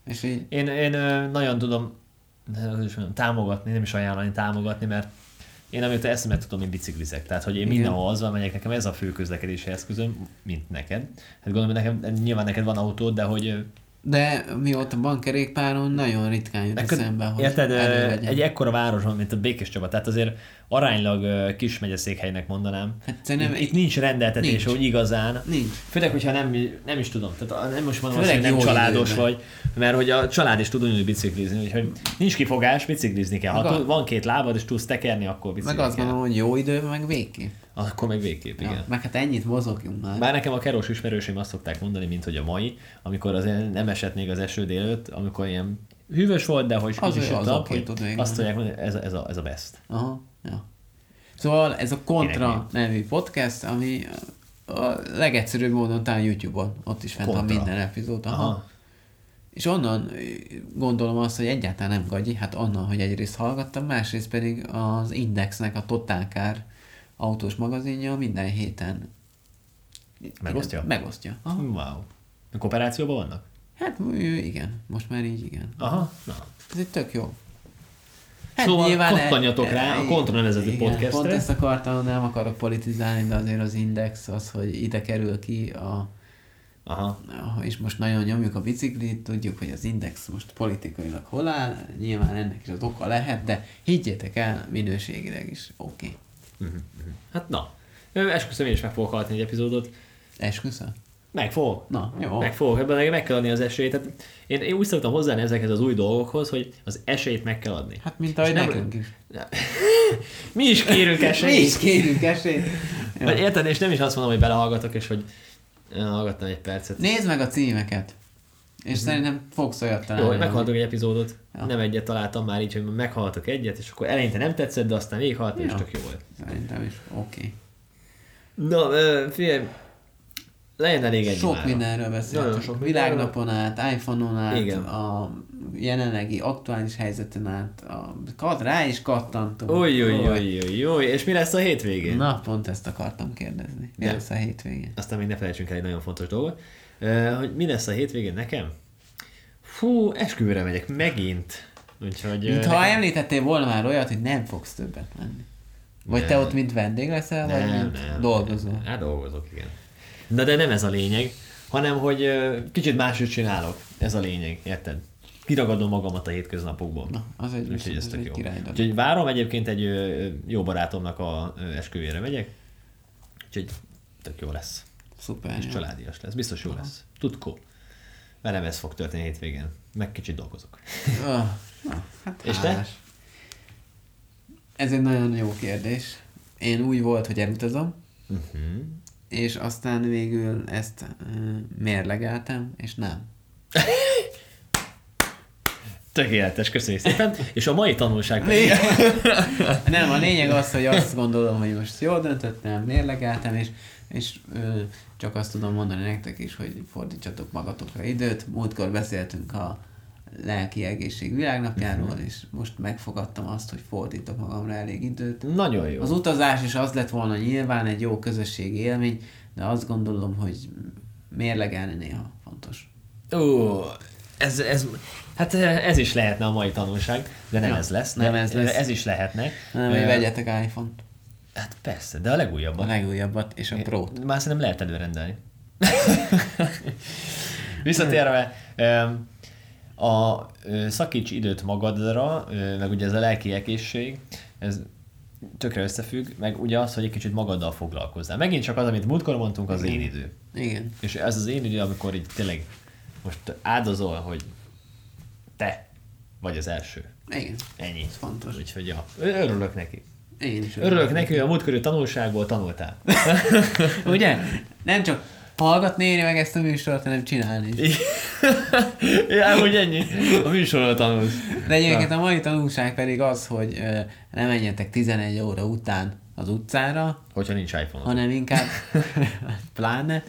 Speaker 2: És így
Speaker 1: Én, én ö, nagyon tudom de hogy is mondjam, támogatni, nem is ajánlani támogatni, mert én amióta eszemet tudom, én biciklizek. Tehát, hogy én
Speaker 2: Igen.
Speaker 1: mindenhol azzal megyek, nekem ez a fő közlekedési eszközöm, mint neked. Hát gondolom, hogy nekem, nyilván neked van autód, de hogy... ö,
Speaker 2: De mióta van kerékpáron, nagyon ritkán jut
Speaker 1: neked-
Speaker 2: eszembe, hogy
Speaker 1: érted, ö,
Speaker 2: elő legyen.
Speaker 1: egy ekkora városban, mint a Békés Csaba, tehát azért aránylag ö, kis megyeszékhelynek mondanám.
Speaker 2: Hát szerintem
Speaker 1: itt, itt nincs rendeltetés,
Speaker 2: nincs.
Speaker 1: hogy igazán.
Speaker 2: Nincs.
Speaker 1: Főleg, hogyha nem, nem is tudom. Tehát a- nem most mondom, azt,
Speaker 2: Főleg
Speaker 1: hogy nem
Speaker 2: jó
Speaker 1: családos
Speaker 2: időben.
Speaker 1: vagy, mert hogy a család is tud ugyanúgy biciklizni, úgyhogy nincs kifogás, biciklizni kell. Ha
Speaker 2: Meg a-
Speaker 1: tud- van két lábad és tudsz tekerni, akkor
Speaker 2: Meg
Speaker 1: biciklizni
Speaker 2: azt
Speaker 1: kell.
Speaker 2: gondolom, hogy jó idő, meg végképp.
Speaker 1: Akkor meg végképp, igen.
Speaker 2: Ja, meg hát ennyit mozogjunk már.
Speaker 1: Bár nekem a keros ismerőseim azt szokták mondani, mint hogy a mai, amikor azért nem esett még az eső délőtt, amikor ilyen hűvös volt, de hogy
Speaker 2: Az-
Speaker 1: az is
Speaker 2: az
Speaker 1: az
Speaker 2: oké,
Speaker 1: okay,
Speaker 2: tudod, igen.
Speaker 1: azt tudják mondani, ez a, ez a, ez a best.
Speaker 2: Aha, ja. Szóval ez a Kontra
Speaker 1: Énekeljük.
Speaker 2: nevű podcast, ami a legegyszerűbb módon talán YouTube-on, ott is fent van
Speaker 1: Kontra.
Speaker 2: minden epizód. Aha.
Speaker 1: Aha.
Speaker 2: És onnan ö, gondolom azt, hogy egyáltalán nem gagyi, hát onnan, hogy egyrészt hallgattam, másrészt pedig az Indexnek a Total Car autós magazinja minden héten
Speaker 1: Megosztja?
Speaker 2: Megosztja. Aha.
Speaker 1: Wow. Kooperációban vannak?
Speaker 2: Hát ö, igen, most már így igen.
Speaker 1: Aha, na.
Speaker 2: Ez egy tök jó.
Speaker 1: Szóval
Speaker 2: e-
Speaker 1: kattanjatok rá a Kontra nevezetű
Speaker 2: igen,
Speaker 1: podcastre.
Speaker 2: Pont ezt akartam, nem akarok politizálni, de azért az Index az, hogy ide kerül ki a
Speaker 1: Aha.
Speaker 2: Ah, és most nagyon nyomjuk a biciklit, tudjuk, hogy az Index most politikailag hol áll, nyilván ennek is az oka lehet, de higgyétek el, minőségileg is oké. Okay.
Speaker 1: Hát na. Ö, Esküszöm, én is meg fogok hallgatni egy epizódot.
Speaker 2: Esküszöl?
Speaker 1: Meg fogok.
Speaker 2: Na, jó.
Speaker 1: Meg fogok, ebben meg- meg kell adni az esélyt. Tehát én, én úgy szoktam hozzáállni ezekhez az új dolgokhoz, hogy az esélyt meg kell adni.
Speaker 2: Hát mint ahogy
Speaker 1: És nem-
Speaker 2: nekünk is.
Speaker 1: Mi is kérünk
Speaker 2: Mi
Speaker 1: esélyt.
Speaker 2: is kérünk esélyt. Jó.
Speaker 1: Vagy érted, és nem is azt mondom, hogy belehallgatok, és hogy én hallgattam egy percet.
Speaker 2: Nézd meg a címeket. És szerintem fogsz olyat
Speaker 1: Mhm. Jó,
Speaker 2: találni.
Speaker 1: hogy
Speaker 2: ami-
Speaker 1: meghallgatok egy epizódot,
Speaker 2: Ja.
Speaker 1: nem egyet találtam már így, hogy meghallgatok egyet, és akkor eleinte nem tetszett, de aztán végighallgattam, és tök jó volt.
Speaker 2: Szerintem is oké.
Speaker 1: Na, ö, figyelj, legyen elég egy
Speaker 2: Sok
Speaker 1: imára.
Speaker 2: mindenről
Speaker 1: Nagyon sok
Speaker 2: beszéltünk.
Speaker 1: mindenről.
Speaker 2: Világnapon át, iPhone-on át,
Speaker 1: Igen.
Speaker 2: a jelenlegi aktuális helyzeten át, a, kat, rá is kattantunk.
Speaker 1: Új, új, új, új, új, és mi lesz a hétvégén? Na.
Speaker 2: Na, pont ezt akartam kérdezni. Mi
Speaker 1: De-
Speaker 2: lesz a hétvégén?
Speaker 1: Aztán még ne felejtsünk el egy nagyon fontos dolgot, Ö, hogy mi lesz a hétvégén nekem? Fú, esküvőre megyek megint. Úgyhogy... ö,
Speaker 2: Mintha
Speaker 1: nekem-
Speaker 2: említettél volna már olyat, hogy nem fogsz többet menni. Vagy te
Speaker 1: Nem.
Speaker 2: ott mint vendég leszel, vagy
Speaker 1: nem,
Speaker 2: mint
Speaker 1: nem,
Speaker 2: dolgozó.
Speaker 1: Nem, hát dolgozok, igen. Na de nem ez a lényeg, hanem hogy ö, kicsit máshogy csinálok. Ez a lényeg, érted? Kiragadom magamat a hétköznapokból.
Speaker 2: Na, az egy,
Speaker 1: Úgyhogy ez
Speaker 2: az
Speaker 1: tök
Speaker 2: egy
Speaker 1: jó.
Speaker 2: király dolog.
Speaker 1: Úgyhogy várom egyébként egy ö, jó barátomnak a ö, esküvére megyek. Úgyhogy tök jó lesz.
Speaker 2: Szuper.
Speaker 1: És
Speaker 2: jó.
Speaker 1: családias lesz. Biztos jó lesz. Tudko. Velem ez fog történni hétvégén. Meg kicsit dolgozok.
Speaker 2: Ah, na, hát
Speaker 1: És te?
Speaker 2: hálás. Ez egy nagyon jó kérdés. Én úgy volt, hogy elutazom,
Speaker 1: Uh-huh.
Speaker 2: és aztán végül ezt uh, mérlegeltem, és nem.
Speaker 1: Tökéletes, köszönjük szépen. És a mai tanulság pedig-
Speaker 2: Lé- nem, a lényeg az, hogy azt gondolom, hogy most jól döntöttem, mérlegeltem, és, és ö, csak azt tudom mondani nektek is, hogy fordítsatok magatokra időt. Múltkor beszéltünk a lelki egészség világnapjáról, és most megfogadtam azt, hogy fordítok magamra elég időt.
Speaker 1: Nagyon jó.
Speaker 2: Az utazás is az lett volna nyilván egy jó közösségi élmény, de azt gondolom, hogy mérlegelni néha fontos.
Speaker 1: Ó, ez, ez, hát ez is lehetne a mai tanulság, de nem
Speaker 2: Ja,
Speaker 1: ez lesz.
Speaker 2: nem
Speaker 1: de
Speaker 2: ez lesz.
Speaker 1: Ez is lehetne.
Speaker 2: Nem,
Speaker 1: Ö,
Speaker 2: hogy vegyetek iPhone-t.
Speaker 1: Hát persze, de a
Speaker 2: A
Speaker 1: legújabban.
Speaker 2: legújabbat és a Pro-t.
Speaker 1: Már szerintem lehet előrendelni. Visszatérve, öm, a ö, szakíts időt magadra, ö, meg ugye ez a lelki egészség, ez tökre összefügg, meg ugye az, hogy egy kicsit magaddal foglalkozzál. Megint csak az, amit múltkor mondtunk, az én idő.
Speaker 2: Igen.
Speaker 1: És ez az én idő, amikor így tényleg most áldozol, hogy te vagy az első.
Speaker 2: Igen.
Speaker 1: Ennyi. Ez
Speaker 2: fontos.
Speaker 1: Úgyhogy ja, ö- örülök neki.
Speaker 2: Én is.
Speaker 1: Örülök neki, hogy a múltkori tanulságból tanultál.
Speaker 2: Ugye? Nem csak hallgatni éri meg ezt a műsort, hanem csinálni is.
Speaker 1: ja, hogy ennyi. A műsorral tanulsz.
Speaker 2: De egyébként a mai tanulság pedig az, hogy ö, ne menjetek 11 óra után az utcára,
Speaker 1: Hogyha nincs iPhone.
Speaker 2: hanem inkább pláne,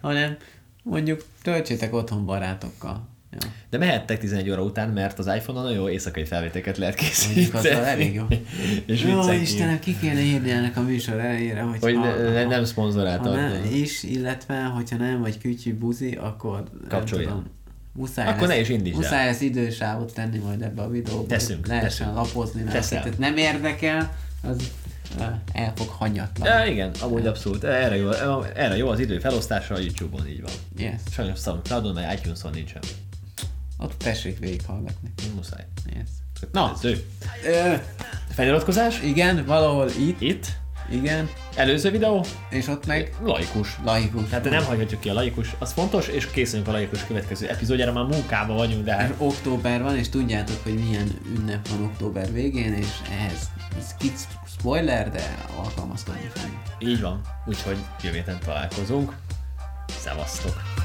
Speaker 2: hanem mondjuk töltsétek otthon barátokkal. Jó.
Speaker 1: De mehettek 11 óra után, mert az iPhone-on nagyon jó éjszakai felvételeket lehet
Speaker 2: Mondjuk az
Speaker 1: készíteni.
Speaker 2: elég jó.
Speaker 1: És
Speaker 2: Jó,
Speaker 1: viccen
Speaker 2: Istenem, ki kéne írni ennek a műsor elejére, hogy
Speaker 1: Hogy ne,
Speaker 2: ha-
Speaker 1: ne,
Speaker 2: ha-
Speaker 1: nem szponzorált
Speaker 2: ha nem
Speaker 1: tartalom.
Speaker 2: is, illetve hogyha nem vagy kütyű buzi, akkor
Speaker 1: Kapcsolja.
Speaker 2: nem tudom, muszáj
Speaker 1: Akkor
Speaker 2: lesz,
Speaker 1: ne is indítsd el.
Speaker 2: Muszáj lesz idősávot tenni majd ebbe a videóba.
Speaker 1: Teszünk,
Speaker 2: hogy Lehessen
Speaker 1: teszünk.
Speaker 2: lapozni, mert
Speaker 1: Teszel.
Speaker 2: akit nem érdekel, az eh, el fog hanyatlan.
Speaker 1: Ja, igen, amúgy abszolút. Erre jó, erre jó az idő felosztása a YouTube-on, így van.
Speaker 2: Yes.
Speaker 1: Sajnos SoundCloud-on, meg iTunes-on nincsen.
Speaker 2: Ott tessék végighallgatni.
Speaker 1: Muszáj.
Speaker 2: Yes.
Speaker 1: Na,
Speaker 2: Na.
Speaker 1: Ző.
Speaker 2: Ö,
Speaker 1: feliratkozás,
Speaker 2: igen, valahol itt,
Speaker 1: itt,
Speaker 2: igen,
Speaker 1: előző videó,
Speaker 2: és ott meg
Speaker 1: laikus.
Speaker 2: laikus.
Speaker 1: Tehát Hát nem hagyhatjuk ki a laikus, az fontos, és készülünk a laikus következő epizódjára, már munkában vagyunk, de
Speaker 2: És
Speaker 1: hát
Speaker 2: október van, és tudjátok, hogy milyen ünnep van október végén, és ehhez ez kicsit spoiler, de alkalmazkodni fogunk.
Speaker 1: így van. Úgyhogy jövő héten találkozunk. Szevasztok!